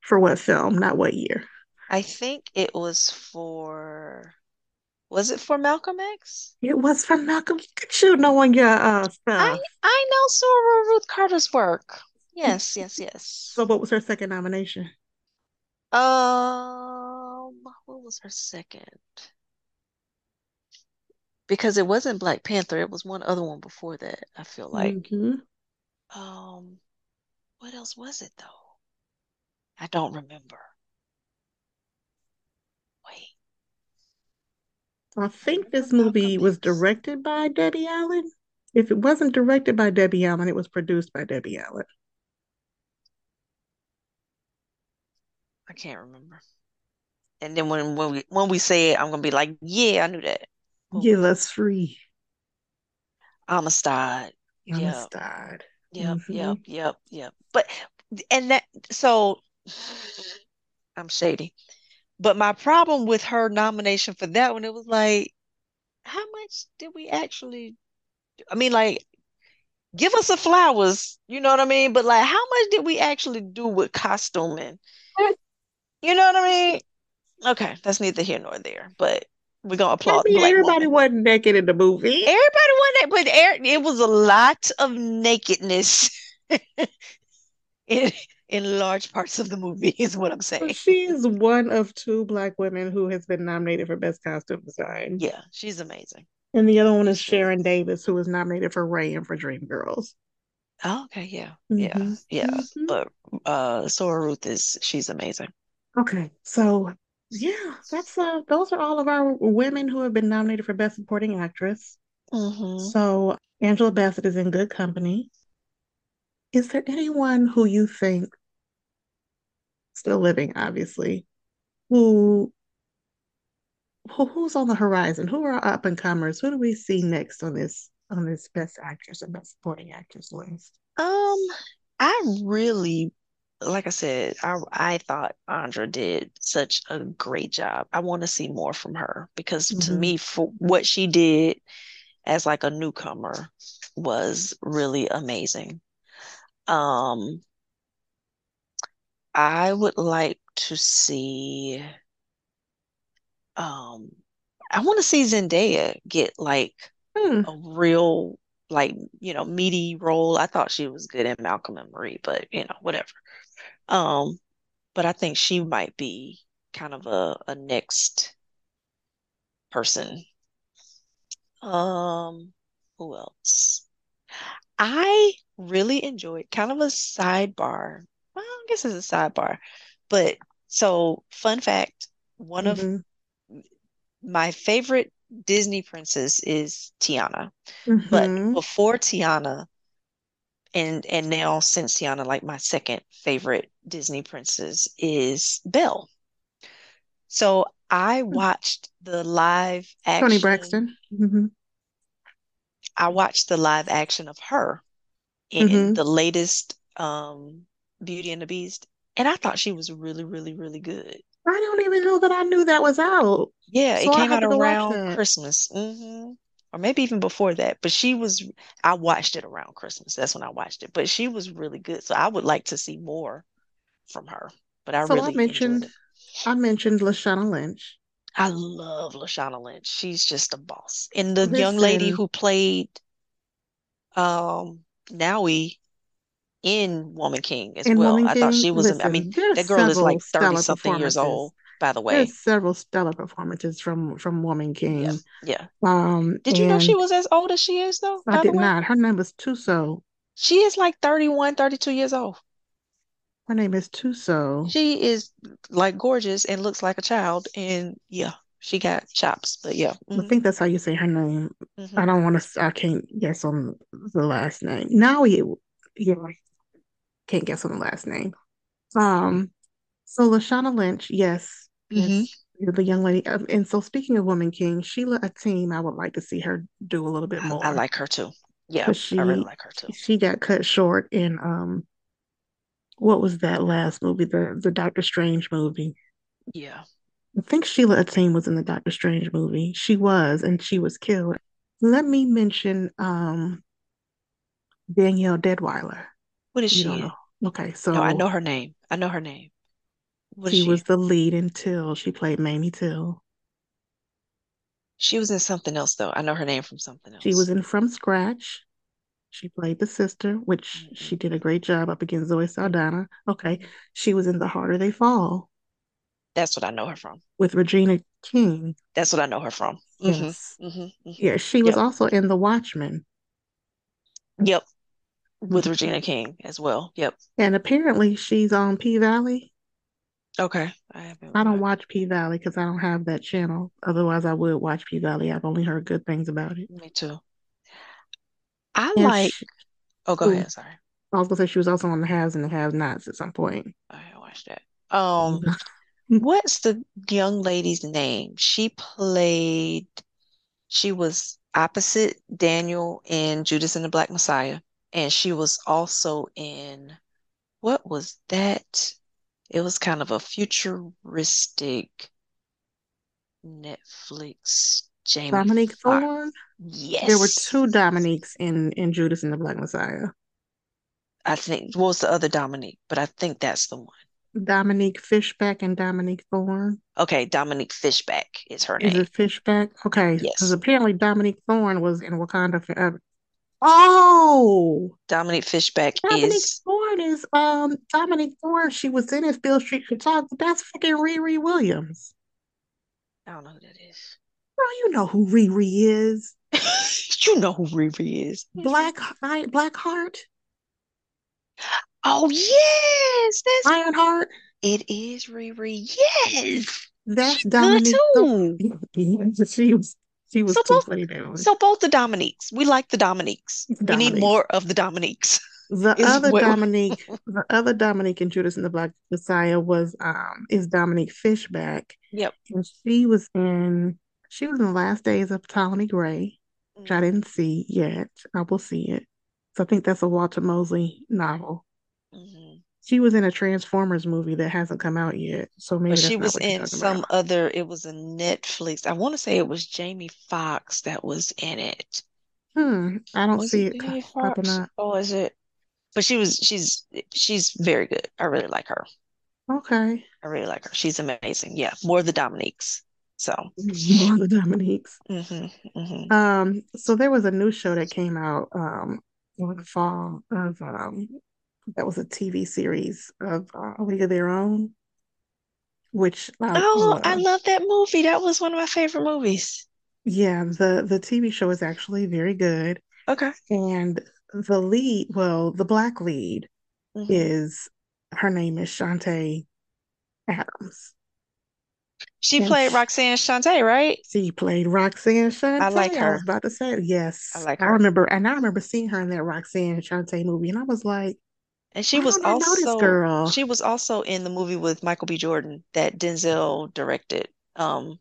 [SPEAKER 2] For what film? Not what year.
[SPEAKER 1] I think it was for, was it for Malcolm X?
[SPEAKER 2] It was from Malcolm. Look at you knowing your uh,
[SPEAKER 1] I
[SPEAKER 2] stuff.
[SPEAKER 1] I know Sora Ruth Carter's work. Yes, yes, yes.
[SPEAKER 2] So, what was her second nomination?
[SPEAKER 1] Um, what was her second? Because it wasn't Black Panther, it was one other one before that, I feel like.
[SPEAKER 2] hmm
[SPEAKER 1] Um, what else was it though? I don't remember. Wait,
[SPEAKER 2] I
[SPEAKER 1] I
[SPEAKER 2] think
[SPEAKER 1] remember
[SPEAKER 2] this
[SPEAKER 1] Malcolm
[SPEAKER 2] movie was
[SPEAKER 1] X.
[SPEAKER 2] directed by Debbie Allen. If it wasn't directed by Debbie Allen, it was produced by Debbie Allen.
[SPEAKER 1] I can't remember. And then when when we when we say it, I'm gonna be like, yeah, I knew that
[SPEAKER 2] Give
[SPEAKER 1] movie.
[SPEAKER 2] us free.
[SPEAKER 1] Amistad. Yep,
[SPEAKER 2] Amistad.
[SPEAKER 1] yep,
[SPEAKER 2] hmm
[SPEAKER 1] yep, yep, yep. But and that so I'm shady. But my problem with her nomination for that one, it was like, how much did we actually? I mean, like, give us the flowers, you know what I mean? But like, how much did we actually do with costuming? You know what I mean? Okay, that's neither here nor there. But we're gonna
[SPEAKER 2] I
[SPEAKER 1] applaud the
[SPEAKER 2] mean,
[SPEAKER 1] black
[SPEAKER 2] everybody
[SPEAKER 1] woman.
[SPEAKER 2] wasn't naked in the movie.
[SPEAKER 1] Everybody wanted, but air, it was a lot of nakedness in in large parts of the movie, is what I'm
[SPEAKER 2] But
[SPEAKER 1] saying.
[SPEAKER 2] she is one of two black women who has been nominated for Best Costume Design.
[SPEAKER 1] Yeah, she's amazing.
[SPEAKER 2] And the other one is
[SPEAKER 1] Yes, she
[SPEAKER 2] Sharon
[SPEAKER 1] is.
[SPEAKER 2] Davis, who was nominated for Ray and for Dreamgirls.
[SPEAKER 1] Oh, okay, yeah, yeah,
[SPEAKER 2] Mm-hmm.
[SPEAKER 1] yeah.
[SPEAKER 2] hmm
[SPEAKER 1] But uh Sora Ruth is she's amazing.
[SPEAKER 2] Okay, so yeah, that's uh those are all of our women who have been nominated for Best Supporting Actress. Mm-hmm.
[SPEAKER 1] hmm
[SPEAKER 2] So Angela Bassett is in good company. Is there anyone who you think still living, obviously, who who who's on the horizon? Who are up and comers? Who do we see next on this on this Best Actress and Best Supporting Actress list?
[SPEAKER 1] Um, I really, like I said, I I thought Andra did such a great job. I want to see more from her because to
[SPEAKER 2] hmm
[SPEAKER 1] me, for what she did as like a newcomer was really amazing. Um, I would like to see um I want to see Zendaya get like
[SPEAKER 2] Hmm.
[SPEAKER 1] a real like you know meaty role. I thought she was good in Malcolm and Marie, but you know whatever. Um, but I think she might be kind of a a next person. Um, who else? I really enjoyed kind of a sidebar. Well, I guess it's a sidebar, but so fun fact, one of
[SPEAKER 2] Mm-hmm.
[SPEAKER 1] my favorite Disney princess is Tiana, but
[SPEAKER 2] Mm-hmm.
[SPEAKER 1] before Tiana. and and now since Tiana, like my second favorite Disney princess is Belle. So I watched the live
[SPEAKER 2] Tony
[SPEAKER 1] action.
[SPEAKER 2] Hmm. Braxton. Mm-hmm.
[SPEAKER 1] I watched the live action of her in
[SPEAKER 2] Mm-hmm.
[SPEAKER 1] the latest um Beauty and the Beast, and I thought she was really, really, really good.
[SPEAKER 2] I don't even know that I knew that was out.
[SPEAKER 1] Yeah, it
[SPEAKER 2] So I'll
[SPEAKER 1] came
[SPEAKER 2] have
[SPEAKER 1] out
[SPEAKER 2] to go watch
[SPEAKER 1] around
[SPEAKER 2] that.
[SPEAKER 1] Christmas. hmm Or maybe even before that, but she was, I watched it around Christmas. That's when I watched it. But she was really good. So I would like to see more from her. But I
[SPEAKER 2] So I
[SPEAKER 1] really enjoyed
[SPEAKER 2] mentioned
[SPEAKER 1] it.
[SPEAKER 2] I mentioned Lashana Lynch.
[SPEAKER 1] I love Lashana Lynch. She's just a boss. And the young lady
[SPEAKER 2] Listen,
[SPEAKER 1] who played um Naui in Woman King as
[SPEAKER 2] in
[SPEAKER 1] well.
[SPEAKER 2] Woman
[SPEAKER 1] I thought
[SPEAKER 2] King,
[SPEAKER 1] she was, am- I mean,
[SPEAKER 2] listen, there's
[SPEAKER 1] that girl is
[SPEAKER 2] several
[SPEAKER 1] like 30
[SPEAKER 2] stellar
[SPEAKER 1] something years
[SPEAKER 2] performances.
[SPEAKER 1] old, by the way.
[SPEAKER 2] There's several stellar performances from from Woman
[SPEAKER 1] Yeah,
[SPEAKER 2] King.
[SPEAKER 1] yeah.
[SPEAKER 2] Um,
[SPEAKER 1] Did you know she
[SPEAKER 2] and
[SPEAKER 1] was as old as she is though,
[SPEAKER 2] I
[SPEAKER 1] by the
[SPEAKER 2] did
[SPEAKER 1] way?
[SPEAKER 2] not. Her name is Tuso.
[SPEAKER 1] She is like 31, 32 years old.
[SPEAKER 2] Her name is Tuso.
[SPEAKER 1] She is like gorgeous and looks like a child. And yeah, she got chops, but yeah.
[SPEAKER 2] I
[SPEAKER 1] hmm
[SPEAKER 2] think that's how you say her name. I
[SPEAKER 1] hmm
[SPEAKER 2] don't want to. I can't guess on the last name. Now you, yeah, can't guess on the last name. Um, so Lashana Lynch, yes,
[SPEAKER 1] hmm
[SPEAKER 2] yes, the young lady. Um, And so speaking of Woman King, Sheila Ateem, I would like to see her do a little bit
[SPEAKER 1] I, I
[SPEAKER 2] more
[SPEAKER 1] like her too. Yeah,
[SPEAKER 2] because
[SPEAKER 1] I really
[SPEAKER 2] she
[SPEAKER 1] like her too.
[SPEAKER 2] she got cut short in um what was that last movie, the the Doctor Strange movie.
[SPEAKER 1] Yeah.
[SPEAKER 2] I think Sheila Ateem was in the Doctor Strange movie. She was, and she was killed. Let me mention um, Danielle Deadweiler.
[SPEAKER 1] What is
[SPEAKER 2] You
[SPEAKER 1] she
[SPEAKER 2] don't
[SPEAKER 1] in?
[SPEAKER 2] know. Okay,
[SPEAKER 1] No, I
[SPEAKER 2] so
[SPEAKER 1] know her name. I know her name. What is
[SPEAKER 2] she
[SPEAKER 1] she
[SPEAKER 2] was
[SPEAKER 1] in?
[SPEAKER 2] the lead in Till. She played Mamie Till.
[SPEAKER 1] She was in something else though. I know her name from something
[SPEAKER 2] She was
[SPEAKER 1] else.
[SPEAKER 2] in From Scratch. She played the sister, which she
[SPEAKER 1] Mm-mm,
[SPEAKER 2] did a great job up against Zoe Saldana. Okay,
[SPEAKER 1] mm-mm.
[SPEAKER 2] she was in The Harder They Fall
[SPEAKER 1] That's what I know her from.
[SPEAKER 2] with Regina King.
[SPEAKER 1] That's what I know her from. Mm-hmm.
[SPEAKER 2] Yes.
[SPEAKER 1] Mm-hmm. Mm-hmm.
[SPEAKER 2] Yeah, she was
[SPEAKER 1] Yep.
[SPEAKER 2] also in The Watchmen.
[SPEAKER 1] Yep. Mm-hmm. With
[SPEAKER 2] Mhm.
[SPEAKER 1] Regina King as well. Yep.
[SPEAKER 2] And apparently she's on P Valley.
[SPEAKER 1] Okay. I haven't
[SPEAKER 2] I don't
[SPEAKER 1] watched.
[SPEAKER 2] watch P Valley because I don't have that channel. Otherwise, I would watch P Valley. I've only heard good things about it.
[SPEAKER 1] Me too. I
[SPEAKER 2] And
[SPEAKER 1] like.
[SPEAKER 2] she,
[SPEAKER 1] Oh, go
[SPEAKER 2] ooh,
[SPEAKER 1] ahead. Sorry.
[SPEAKER 2] I was gonna say she was also on the Haves and the Have Nots at some point.
[SPEAKER 1] I haven't watched that. Um, what's the young lady's name? She played. She was opposite Daniel in Judas and the Black Messiah, and she was also in what was that? It was kind of a futuristic Netflix Jamie
[SPEAKER 2] Dominique
[SPEAKER 1] Foxx.
[SPEAKER 2] Thorne. There were two
[SPEAKER 1] Yes.
[SPEAKER 2] Dominiques in in Judas and the Black Messiah.
[SPEAKER 1] I think what was the other Dominique, but I think that's the one.
[SPEAKER 2] Dominique Fishback and Dominique Thorne.
[SPEAKER 1] Okay, Dominique Fishback is her
[SPEAKER 2] Is
[SPEAKER 1] name.
[SPEAKER 2] it Fishback? Okay, because
[SPEAKER 1] Yes.
[SPEAKER 2] apparently Dominique Thorne was in Wakanda Forever. Oh,
[SPEAKER 1] Dominique Fishback
[SPEAKER 2] Dominique
[SPEAKER 1] is
[SPEAKER 2] Thorne is um Dominique Thorne. She was in If Bill Street Could Talk. That's freaking Riri Williams.
[SPEAKER 1] I don't know who that is.
[SPEAKER 2] Bro, you know who Riri is.
[SPEAKER 1] You know who Riri is. Who is
[SPEAKER 2] Black
[SPEAKER 1] Riri?
[SPEAKER 2] I, Blackheart,
[SPEAKER 1] Oh yes, that's
[SPEAKER 2] Ironheart.
[SPEAKER 1] it is Riri. Yes.
[SPEAKER 2] That's
[SPEAKER 1] She good
[SPEAKER 2] Dominique Thorne.
[SPEAKER 1] too.
[SPEAKER 2] She was she was
[SPEAKER 1] So
[SPEAKER 2] too
[SPEAKER 1] both
[SPEAKER 2] funny that one.
[SPEAKER 1] so both the Dominiques. We like the Dominiques. We need
[SPEAKER 2] Dominique.
[SPEAKER 1] more of the Dominiques
[SPEAKER 2] The
[SPEAKER 1] is
[SPEAKER 2] other
[SPEAKER 1] what
[SPEAKER 2] Dominique, the other Dominique in Judas and the Black Messiah was um is Dominique Fishback,
[SPEAKER 1] Yep.
[SPEAKER 2] and she was in she was in the last days of Ptolemy Gray, which I
[SPEAKER 1] Mm-hmm.
[SPEAKER 2] didn't see yet. I will see it. So I think that's a Walter Mosley novel.
[SPEAKER 1] hmm
[SPEAKER 2] She was in a Transformers movie that hasn't come out yet, so
[SPEAKER 1] But
[SPEAKER 2] maybe that's
[SPEAKER 1] she
[SPEAKER 2] not
[SPEAKER 1] was
[SPEAKER 2] what you're
[SPEAKER 1] in
[SPEAKER 2] talking about.
[SPEAKER 1] some other, it was a Netflix. I want to say it was Jamie Foxx that was in it.
[SPEAKER 2] Hmm, I don't
[SPEAKER 1] Was
[SPEAKER 2] see
[SPEAKER 1] it
[SPEAKER 2] it
[SPEAKER 1] Jamie
[SPEAKER 2] popping
[SPEAKER 1] Foxx?
[SPEAKER 2] up.
[SPEAKER 1] Oh, is it? But she was, she's, she's very good. I really like her.
[SPEAKER 2] Okay,
[SPEAKER 1] I really like her. She's amazing. Yeah, more of the Dominiques. So,
[SPEAKER 2] more of the Dominiques.
[SPEAKER 1] hmm hmm
[SPEAKER 2] Um, so there was a new show that came out um in the fall of um that was a TV series of uh, A League of Their Own, which I
[SPEAKER 1] Oh, I
[SPEAKER 2] love.
[SPEAKER 1] love that movie. That was one of my favorite movies.
[SPEAKER 2] Yeah, the the TV show is actually very good,
[SPEAKER 1] Okay.
[SPEAKER 2] and the lead, well, the black lead
[SPEAKER 1] hmm
[SPEAKER 2] is her name is Shantae Adams,
[SPEAKER 1] She
[SPEAKER 2] and
[SPEAKER 1] played
[SPEAKER 2] sh
[SPEAKER 1] Roxanne Shante, right?
[SPEAKER 2] she played Roxanne
[SPEAKER 1] I like
[SPEAKER 2] Shantae. I was
[SPEAKER 1] her.
[SPEAKER 2] about to say
[SPEAKER 1] I
[SPEAKER 2] yes,
[SPEAKER 1] like
[SPEAKER 2] I
[SPEAKER 1] her.
[SPEAKER 2] remember, and I remember seeing her in that Roxanne Shantae movie, and I was like.
[SPEAKER 1] And she
[SPEAKER 2] Why
[SPEAKER 1] was
[SPEAKER 2] don't I know this
[SPEAKER 1] also
[SPEAKER 2] girl?
[SPEAKER 1] she was also in the movie with Michael B. Jordan that Denzel directed, um,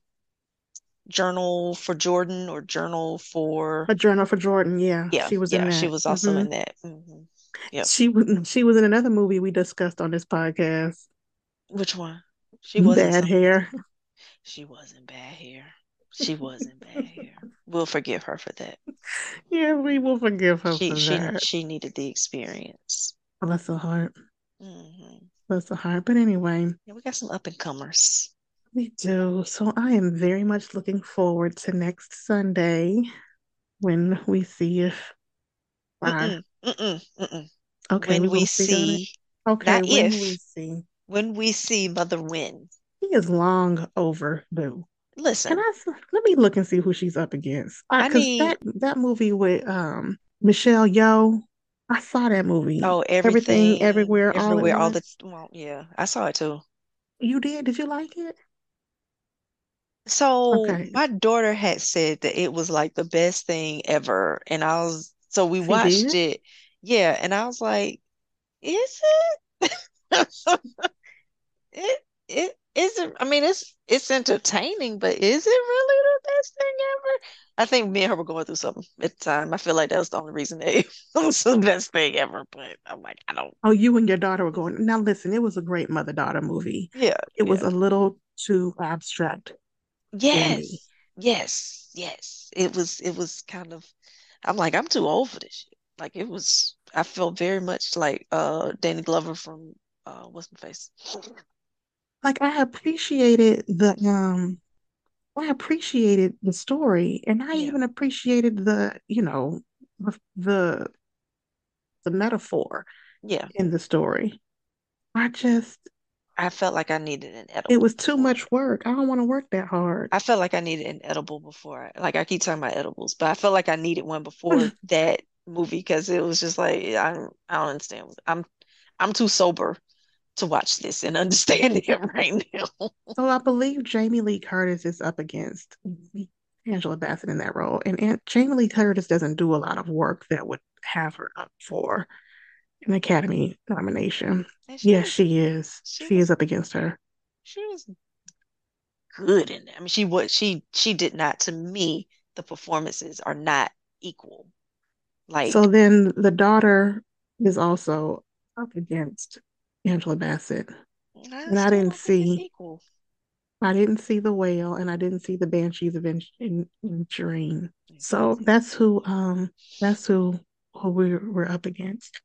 [SPEAKER 1] Journal for Jordan or Journal for
[SPEAKER 2] A Journal for Jordan. Yeah,
[SPEAKER 1] yeah,
[SPEAKER 2] she was in
[SPEAKER 1] yeah, she
[SPEAKER 2] that.
[SPEAKER 1] was also
[SPEAKER 2] hmm
[SPEAKER 1] in that. hmm Yep.
[SPEAKER 2] She was she was in another movie we discussed on this podcast.
[SPEAKER 1] Which one? She was in
[SPEAKER 2] Bad
[SPEAKER 1] something.
[SPEAKER 2] hair.
[SPEAKER 1] She was in bad hair. She was in bad hair. We'll forgive her for that.
[SPEAKER 2] Yeah, we will forgive her
[SPEAKER 1] She
[SPEAKER 2] for
[SPEAKER 1] she
[SPEAKER 2] that.
[SPEAKER 1] she needed the experience.
[SPEAKER 2] Bless her heart.
[SPEAKER 1] hmm
[SPEAKER 2] Bless her heart. But anyway,
[SPEAKER 1] Yeah, we got some up and comers.
[SPEAKER 2] we do. So I am very much looking forward to next Sunday when we see if our
[SPEAKER 1] Mm-mm, mm-mm, mm-mm.
[SPEAKER 2] Uh-huh. okay, we
[SPEAKER 1] When we
[SPEAKER 2] won't speak on it.
[SPEAKER 1] see,
[SPEAKER 2] Okay,
[SPEAKER 1] not
[SPEAKER 2] when we
[SPEAKER 1] if.
[SPEAKER 2] see.
[SPEAKER 1] When we see Mother Win,
[SPEAKER 2] He is long overdue. Can
[SPEAKER 1] listen,
[SPEAKER 2] I s- let me look and see who she's up against?
[SPEAKER 1] I
[SPEAKER 2] Because
[SPEAKER 1] need
[SPEAKER 2] that that movie with um Michelle Yeoh, I saw that movie.
[SPEAKER 1] oh
[SPEAKER 2] Everything,
[SPEAKER 1] everything
[SPEAKER 2] everywhere, all at
[SPEAKER 1] everywhere all the
[SPEAKER 2] once.
[SPEAKER 1] well, yeah, I saw it too.
[SPEAKER 2] You did? Did you like it?
[SPEAKER 1] So
[SPEAKER 2] Okay,
[SPEAKER 1] my daughter had said that it was like the best thing ever, and I was so we
[SPEAKER 2] she
[SPEAKER 1] watched
[SPEAKER 2] did.
[SPEAKER 1] it, yeah, and I was like, is it? It it isn't. I mean, it's it's entertaining, but is it really the best thing ever? I think me and her were going through something at the time. I feel like that was the only reason that it was the best thing ever. But I'm like, I don't.
[SPEAKER 2] Oh, you and your daughter were going. Now listen, it was a great mother-daughter movie.
[SPEAKER 1] Yeah,
[SPEAKER 2] It was
[SPEAKER 1] yeah.
[SPEAKER 2] a little too abstract for me.
[SPEAKER 1] Yes. Yes, yes. It was it was kind of I'm like, I'm too old for this shit. Like it was I felt very much like uh Danny Glover from uh what's my face?
[SPEAKER 2] Like I appreciated the um I appreciated the story and I
[SPEAKER 1] Yeah.
[SPEAKER 2] even appreciated the, you know, the the, the metaphor
[SPEAKER 1] Yeah.
[SPEAKER 2] in the story. I just
[SPEAKER 1] I felt like I needed an
[SPEAKER 2] it
[SPEAKER 1] edible
[SPEAKER 2] was too
[SPEAKER 1] before.
[SPEAKER 2] much work. I don't want to work that hard.
[SPEAKER 1] I felt like I needed an edible before. I- Like I keep talking about edibles, but I felt like I needed one before that movie because it was just like I don't, I don't understand. I'm I'm too sober to watch this and understand it right now.
[SPEAKER 2] So I believe Jamie Lee Curtis is up against Angela Bassett in that role. And Aunt Jamie Lee Curtis doesn't do a lot of work that would have her up for an Academy nomination.
[SPEAKER 1] And she
[SPEAKER 2] Yes,
[SPEAKER 1] was
[SPEAKER 2] she is.
[SPEAKER 1] she
[SPEAKER 2] She is
[SPEAKER 1] was
[SPEAKER 2] up against her.
[SPEAKER 1] she was good in it. I mean, she was she she did not to me. The performances are not equal.
[SPEAKER 2] So
[SPEAKER 1] Like
[SPEAKER 2] then the daughter is also up against Angela Bassett.
[SPEAKER 1] I
[SPEAKER 2] And I
[SPEAKER 1] still
[SPEAKER 2] didn't
[SPEAKER 1] don't think it's
[SPEAKER 2] see
[SPEAKER 1] equal.
[SPEAKER 2] I didn't see the whale and I didn't see the Banshees of Inisherin. So
[SPEAKER 1] Exactly.
[SPEAKER 2] that's who um that's who who we're we're up against.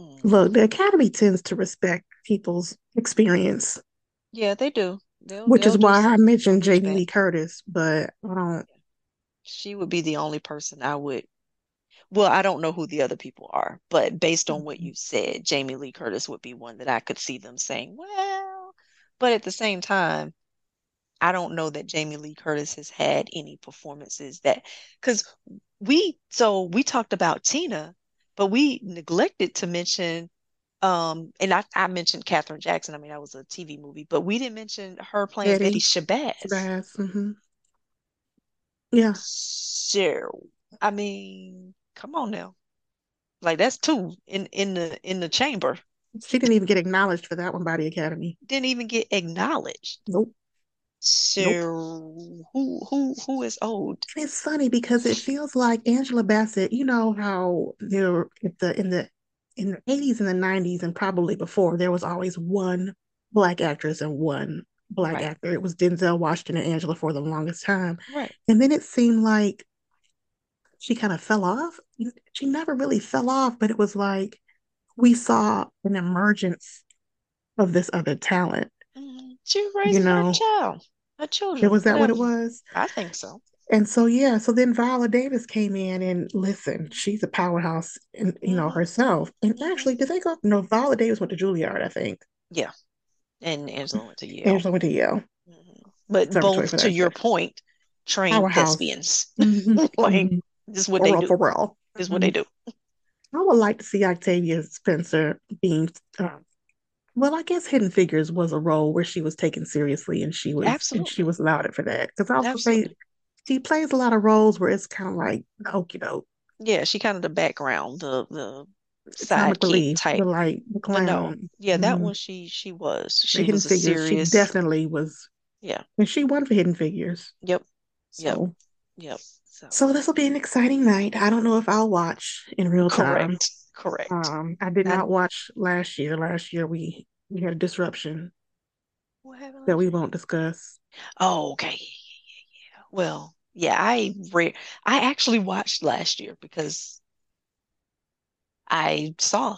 [SPEAKER 1] Mm.
[SPEAKER 2] Look, the Academy tends to respect people's experience,
[SPEAKER 1] Yeah, they do. They'll
[SPEAKER 2] which
[SPEAKER 1] they'll
[SPEAKER 2] is
[SPEAKER 1] do
[SPEAKER 2] why I
[SPEAKER 1] some some
[SPEAKER 2] mentioned Jamie
[SPEAKER 1] pushback.
[SPEAKER 2] Lee Curtis, but I don't
[SPEAKER 1] She would be the only person I would. Well, I don't know who the other people are, but based on what you said, Jamie Lee Curtis would be one that I could see them saying, well, but at the same time, I don't know that Jamie Lee Curtis has had any performances that, because we, so we talked about Tina, but we neglected to mention, um, and I, I mentioned Katherine Jackson. I mean, that was a TV movie, but we didn't mention her playing Betty
[SPEAKER 2] Betty
[SPEAKER 1] Shabazz.
[SPEAKER 2] Shabazz. hmm Yeah.
[SPEAKER 1] So, I mean, come on now. Like that's two in in the in the chamber.
[SPEAKER 2] She didn't even get acknowledged for that one by the Academy.
[SPEAKER 1] Didn't even get acknowledged.
[SPEAKER 2] Nope. Nope.
[SPEAKER 1] So who who who is old?
[SPEAKER 2] And it's funny because it feels like Angela Bassett, you know how there at the in the in the 80s and the 90s and probably before, there was always one black actress and one black
[SPEAKER 1] Right,
[SPEAKER 2] actor. It was Denzel Washington and Angela for the longest time.
[SPEAKER 1] right.
[SPEAKER 2] And then it seemed like she kind of fell off. She never really fell off, but it was like we saw an emergence of this other talent,
[SPEAKER 1] Mhm. She was
[SPEAKER 2] you
[SPEAKER 1] raising her
[SPEAKER 2] know.
[SPEAKER 1] child, her
[SPEAKER 2] It
[SPEAKER 1] children,
[SPEAKER 2] was that what it
[SPEAKER 1] whatever.
[SPEAKER 2] was?
[SPEAKER 1] I think so.
[SPEAKER 2] And so yeah, so then Viola Davis came in and listen, she's a powerhouse and you know
[SPEAKER 1] Mm-hmm.
[SPEAKER 2] herself. And
[SPEAKER 1] hmm
[SPEAKER 2] actually, did they go? No, Viola Davis went to Juilliard, I think.
[SPEAKER 1] Yeah, and Angela went to Yale.
[SPEAKER 2] Angela went to Yale
[SPEAKER 1] Mhm. But
[SPEAKER 2] Conservatory
[SPEAKER 1] both,
[SPEAKER 2] for the
[SPEAKER 1] to your
[SPEAKER 2] Arts.
[SPEAKER 1] point, trained
[SPEAKER 2] Powerhouse.
[SPEAKER 1] thespians.
[SPEAKER 2] Mm-hmm.
[SPEAKER 1] Like
[SPEAKER 2] Mm-hmm.
[SPEAKER 1] this is what
[SPEAKER 2] For
[SPEAKER 1] they
[SPEAKER 2] real,
[SPEAKER 1] do.
[SPEAKER 2] for real.
[SPEAKER 1] This is what
[SPEAKER 2] hmm
[SPEAKER 1] they do.
[SPEAKER 2] I would like to see Octavia Spencer being uh, Well, I guess Hidden Figures was a role where she was taken seriously and she was and she
[SPEAKER 1] Absolutely,
[SPEAKER 2] was lauded for that. Because I also say
[SPEAKER 1] absolutely.
[SPEAKER 2] she plays a lot of roles where it's kind of like okie doke,
[SPEAKER 1] Yeah, she kind of the background, the the
[SPEAKER 2] comic
[SPEAKER 1] sidekick
[SPEAKER 2] relief, the
[SPEAKER 1] type.
[SPEAKER 2] like the
[SPEAKER 1] But no,
[SPEAKER 2] clown,
[SPEAKER 1] yeah, that
[SPEAKER 2] hmm
[SPEAKER 1] one she she was.
[SPEAKER 2] the
[SPEAKER 1] She
[SPEAKER 2] Hidden
[SPEAKER 1] was a
[SPEAKER 2] Figures. She
[SPEAKER 1] serious.
[SPEAKER 2] definitely was,
[SPEAKER 1] Yeah.
[SPEAKER 2] and she won for Hidden Figures.
[SPEAKER 1] Yep. Yep.
[SPEAKER 2] So,
[SPEAKER 1] Yep. So
[SPEAKER 2] so this will be an exciting night. I don't know if I'll watch in real time.
[SPEAKER 1] correct. Correct.
[SPEAKER 2] Um, I did not
[SPEAKER 1] And
[SPEAKER 2] watch last year. Last year we we had a disruption
[SPEAKER 1] what happened
[SPEAKER 2] that
[SPEAKER 1] last
[SPEAKER 2] we
[SPEAKER 1] year?
[SPEAKER 2] won't discuss.
[SPEAKER 1] Oh, okay. Well, yeah, I re I actually watched last year because I saw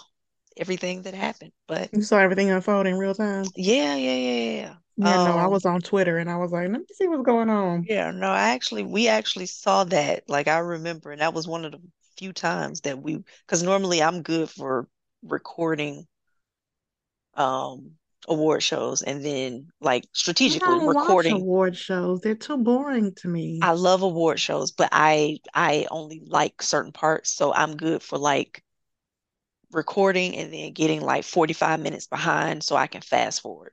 [SPEAKER 1] everything that happened. But
[SPEAKER 2] You saw everything unfold in real time.
[SPEAKER 1] yeah, yeah, yeah,
[SPEAKER 2] Yeah, no,
[SPEAKER 1] yeah.
[SPEAKER 2] I
[SPEAKER 1] Um,
[SPEAKER 2] was on Twitter and I was like, let me see what's going on.
[SPEAKER 1] Yeah, no, I actually we actually saw that. Like I remember, and that was one of the few times that we, because normally I'm good for recording um award shows and then like
[SPEAKER 2] I
[SPEAKER 1] strategically
[SPEAKER 2] don't watch
[SPEAKER 1] recording.
[SPEAKER 2] award shows. They're too boring to me.
[SPEAKER 1] I love award shows, but I I only like certain parts, so I'm good for like recording and then getting like 45 minutes behind so I can fast forward.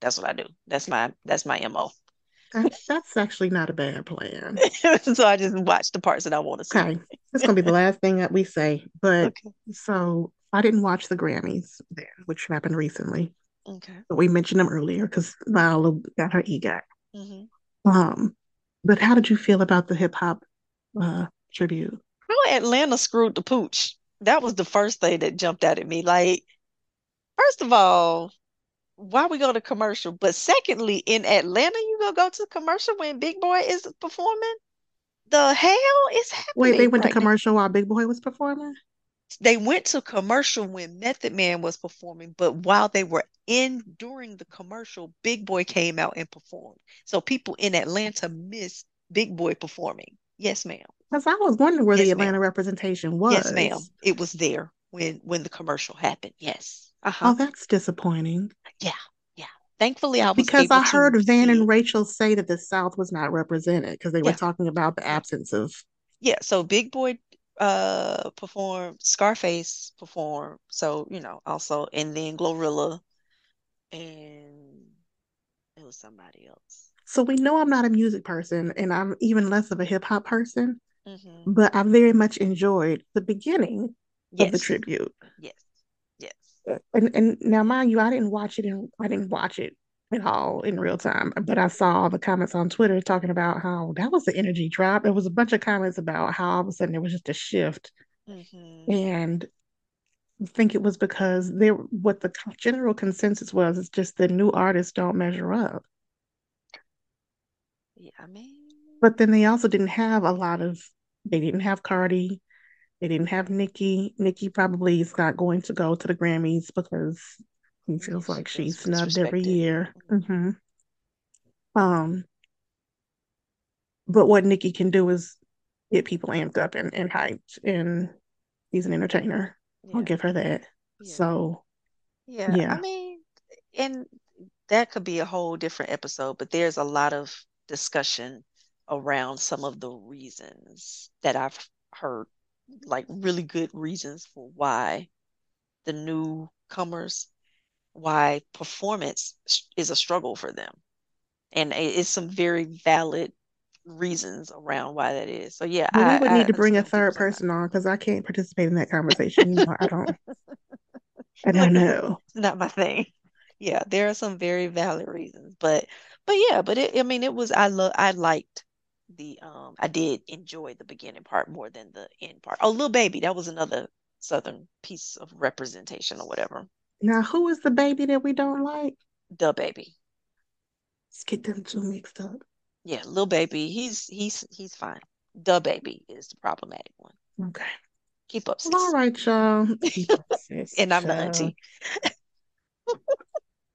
[SPEAKER 1] That's what I do. That's my that's my MO.
[SPEAKER 2] That, that's actually not a bad plan.
[SPEAKER 1] So I just watch the parts that I want to see.
[SPEAKER 2] Okay, this is gonna be the last thing that we say, but
[SPEAKER 1] Okay.
[SPEAKER 2] so I didn't watch the Grammys then, which happened recently,
[SPEAKER 1] Okay.
[SPEAKER 2] but we mentioned them earlier because Viola got her EGOT.
[SPEAKER 1] hmm
[SPEAKER 2] Um, but how did you feel about the hip hop uh tribute?
[SPEAKER 1] How Atlanta screwed the pooch. That was the first thing that jumped out at me. Like, first of all, why we go to commercial? But secondly, in Atlanta, you gonna go to commercial when Big Boy is performing? The hell is
[SPEAKER 2] Wait, they
[SPEAKER 1] happening
[SPEAKER 2] went to
[SPEAKER 1] right now?
[SPEAKER 2] commercial while Big Boy was performing?
[SPEAKER 1] They went to commercial when Method Man was performing, but while they were in during the commercial, Big Boy came out and performed. So people in Atlanta miss Big Boy performing. Yes, ma'am.
[SPEAKER 2] Because I was wondering where the
[SPEAKER 1] Yes, ma'am.
[SPEAKER 2] Atlanta representation
[SPEAKER 1] Yes, ma'am.
[SPEAKER 2] was.
[SPEAKER 1] It was there when when the commercial happened. Yes. Uh-huh.
[SPEAKER 2] Oh, that's disappointing.
[SPEAKER 1] Yeah. Yeah. Thankfully, I was
[SPEAKER 2] Because
[SPEAKER 1] able
[SPEAKER 2] I
[SPEAKER 1] to
[SPEAKER 2] heard Van
[SPEAKER 1] see
[SPEAKER 2] and
[SPEAKER 1] it.
[SPEAKER 2] Rachel say that the South was not represented because they were
[SPEAKER 1] Yeah.
[SPEAKER 2] talking about the
[SPEAKER 1] Yeah.
[SPEAKER 2] absence of.
[SPEAKER 1] Yeah, so Big Boy uh performed, Scarface performed, so you know, also and then Glorilla and it was somebody else.
[SPEAKER 2] So we know I'm not a music person and I'm even less of a hip hop person,
[SPEAKER 1] hmm
[SPEAKER 2] but I very much enjoyed the beginning of the
[SPEAKER 1] Yes,
[SPEAKER 2] tribute.
[SPEAKER 1] yes, yes.
[SPEAKER 2] And and now mind you, I didn't watch it and I didn't watch it at all in real time, but I saw all the comments on Twitter talking about how that was the energy drop. There was a bunch of comments about how all of a sudden there was just a shift
[SPEAKER 1] hmm
[SPEAKER 2] and I think it was because there what the co- general consensus was is just the new artists don't measure up.
[SPEAKER 1] Yeah, I mean,
[SPEAKER 2] But then they also didn't have a lot of they didn't have Cardi, they didn't have Nicki. Nicki probably is not going to go to the Grammys because he
[SPEAKER 1] yeah,
[SPEAKER 2] feels
[SPEAKER 1] she
[SPEAKER 2] like she's
[SPEAKER 1] feels
[SPEAKER 2] snubbed every
[SPEAKER 1] disrespected.
[SPEAKER 2] year.
[SPEAKER 1] hmm
[SPEAKER 2] hmm Um, but what Nicki can do is get people amped up and, and hyped, and she's an entertainer. I'll
[SPEAKER 1] Yeah,
[SPEAKER 2] give her that.
[SPEAKER 1] yeah,
[SPEAKER 2] So
[SPEAKER 1] yeah. I
[SPEAKER 2] yeah,
[SPEAKER 1] mean, and that could be a whole different episode, but there's a lot of discussion around some of the reasons that I've heard, like really good reasons for why the newcomers, why performance s- is a struggle for them. And i- it's some very valid reasons around why that is. So yeah,
[SPEAKER 2] but we would
[SPEAKER 1] I,
[SPEAKER 2] need
[SPEAKER 1] I
[SPEAKER 2] to bring a
[SPEAKER 1] understand what people
[SPEAKER 2] third
[SPEAKER 1] say
[SPEAKER 2] person
[SPEAKER 1] about
[SPEAKER 2] on because I can't participate in that conversation. You know, I don't, I
[SPEAKER 1] Look,
[SPEAKER 2] don't
[SPEAKER 1] it's
[SPEAKER 2] know.
[SPEAKER 1] not my thing. Yeah, there are some very valid reasons, but but yeah, but it, I mean, it was I love I liked the um I did enjoy the beginning part more than the end part. Oh, Lil Baby, that was another Southern piece of representation or whatever.
[SPEAKER 2] Now, who is the baby that we don't like?
[SPEAKER 1] The Baby,
[SPEAKER 2] Let's get them two mixed up.
[SPEAKER 1] yeah, Lil Baby, he's he's he's fine. The Baby is the problematic one.
[SPEAKER 2] Okay.
[SPEAKER 1] Keep up,
[SPEAKER 2] Well, all
[SPEAKER 1] sis,
[SPEAKER 2] right, y'all. Keep up, sis.
[SPEAKER 1] and I'm the
[SPEAKER 2] Child.
[SPEAKER 1] auntie.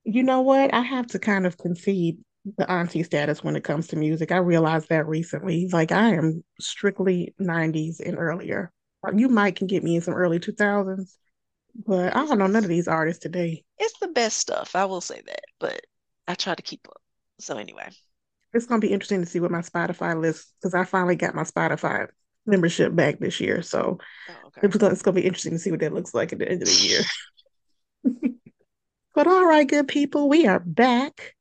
[SPEAKER 2] You know what? I have to kind of concede the auntie status when it comes to music. I realized that recently. Like I am strictly 90s and earlier. You might can get me in some early 2000s, but I
[SPEAKER 1] It's
[SPEAKER 2] don't know none of
[SPEAKER 1] it's
[SPEAKER 2] these artists today.
[SPEAKER 1] it's the best stuff. I will say that, but I try to keep up. So anyway.
[SPEAKER 2] It's gonna be interesting to see what my Spotify list because I finally got my Spotify membership back this year. So
[SPEAKER 1] Oh, okay.
[SPEAKER 2] it's gonna, it's gonna be interesting to see what that looks like at the end of the year. But all right, good people, we are back.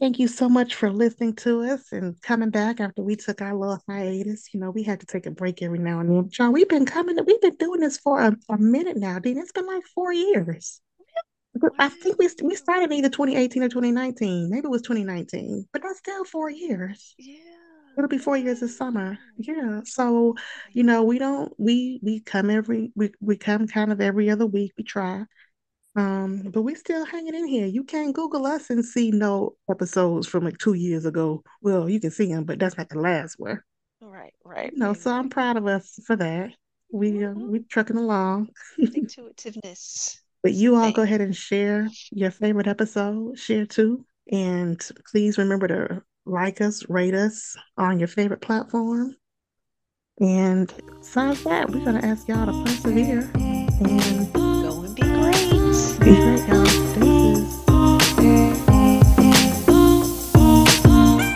[SPEAKER 2] Thank you so much for listening to us and coming back after we took our little hiatus. You know, we had to take a break every now and then. But y'all, we've been coming, we've been doing this for a, a minute now, Dean. It's been like four years. But I think we we
[SPEAKER 1] Wow.
[SPEAKER 2] started either 2018 or 2019. Maybe it was 2019, but that's still four years.
[SPEAKER 1] Yeah.
[SPEAKER 2] It'll be four years this summer.
[SPEAKER 1] Wow.
[SPEAKER 2] Yeah. So, you know, we don't we we come every we we come kind of every other week. We try. Um, but we're still hanging in here. You can Google us and see no episodes from like two years ago. Well, you can see them, but that's not the last one.
[SPEAKER 1] Right, right,
[SPEAKER 2] You know, so I'm
[SPEAKER 1] exactly.
[SPEAKER 2] proud of us for that. We uh,
[SPEAKER 1] hmm
[SPEAKER 2] we're trucking along.
[SPEAKER 1] Intuitiveness
[SPEAKER 2] But
[SPEAKER 1] is a
[SPEAKER 2] you all go
[SPEAKER 1] thing.
[SPEAKER 2] ahead and share your favorite episode, share too. And please remember to like us, rate us on your favorite platform. And besides that, we're gonna ask y'all to persevere and
[SPEAKER 1] Go and be great.
[SPEAKER 2] be great, y'all.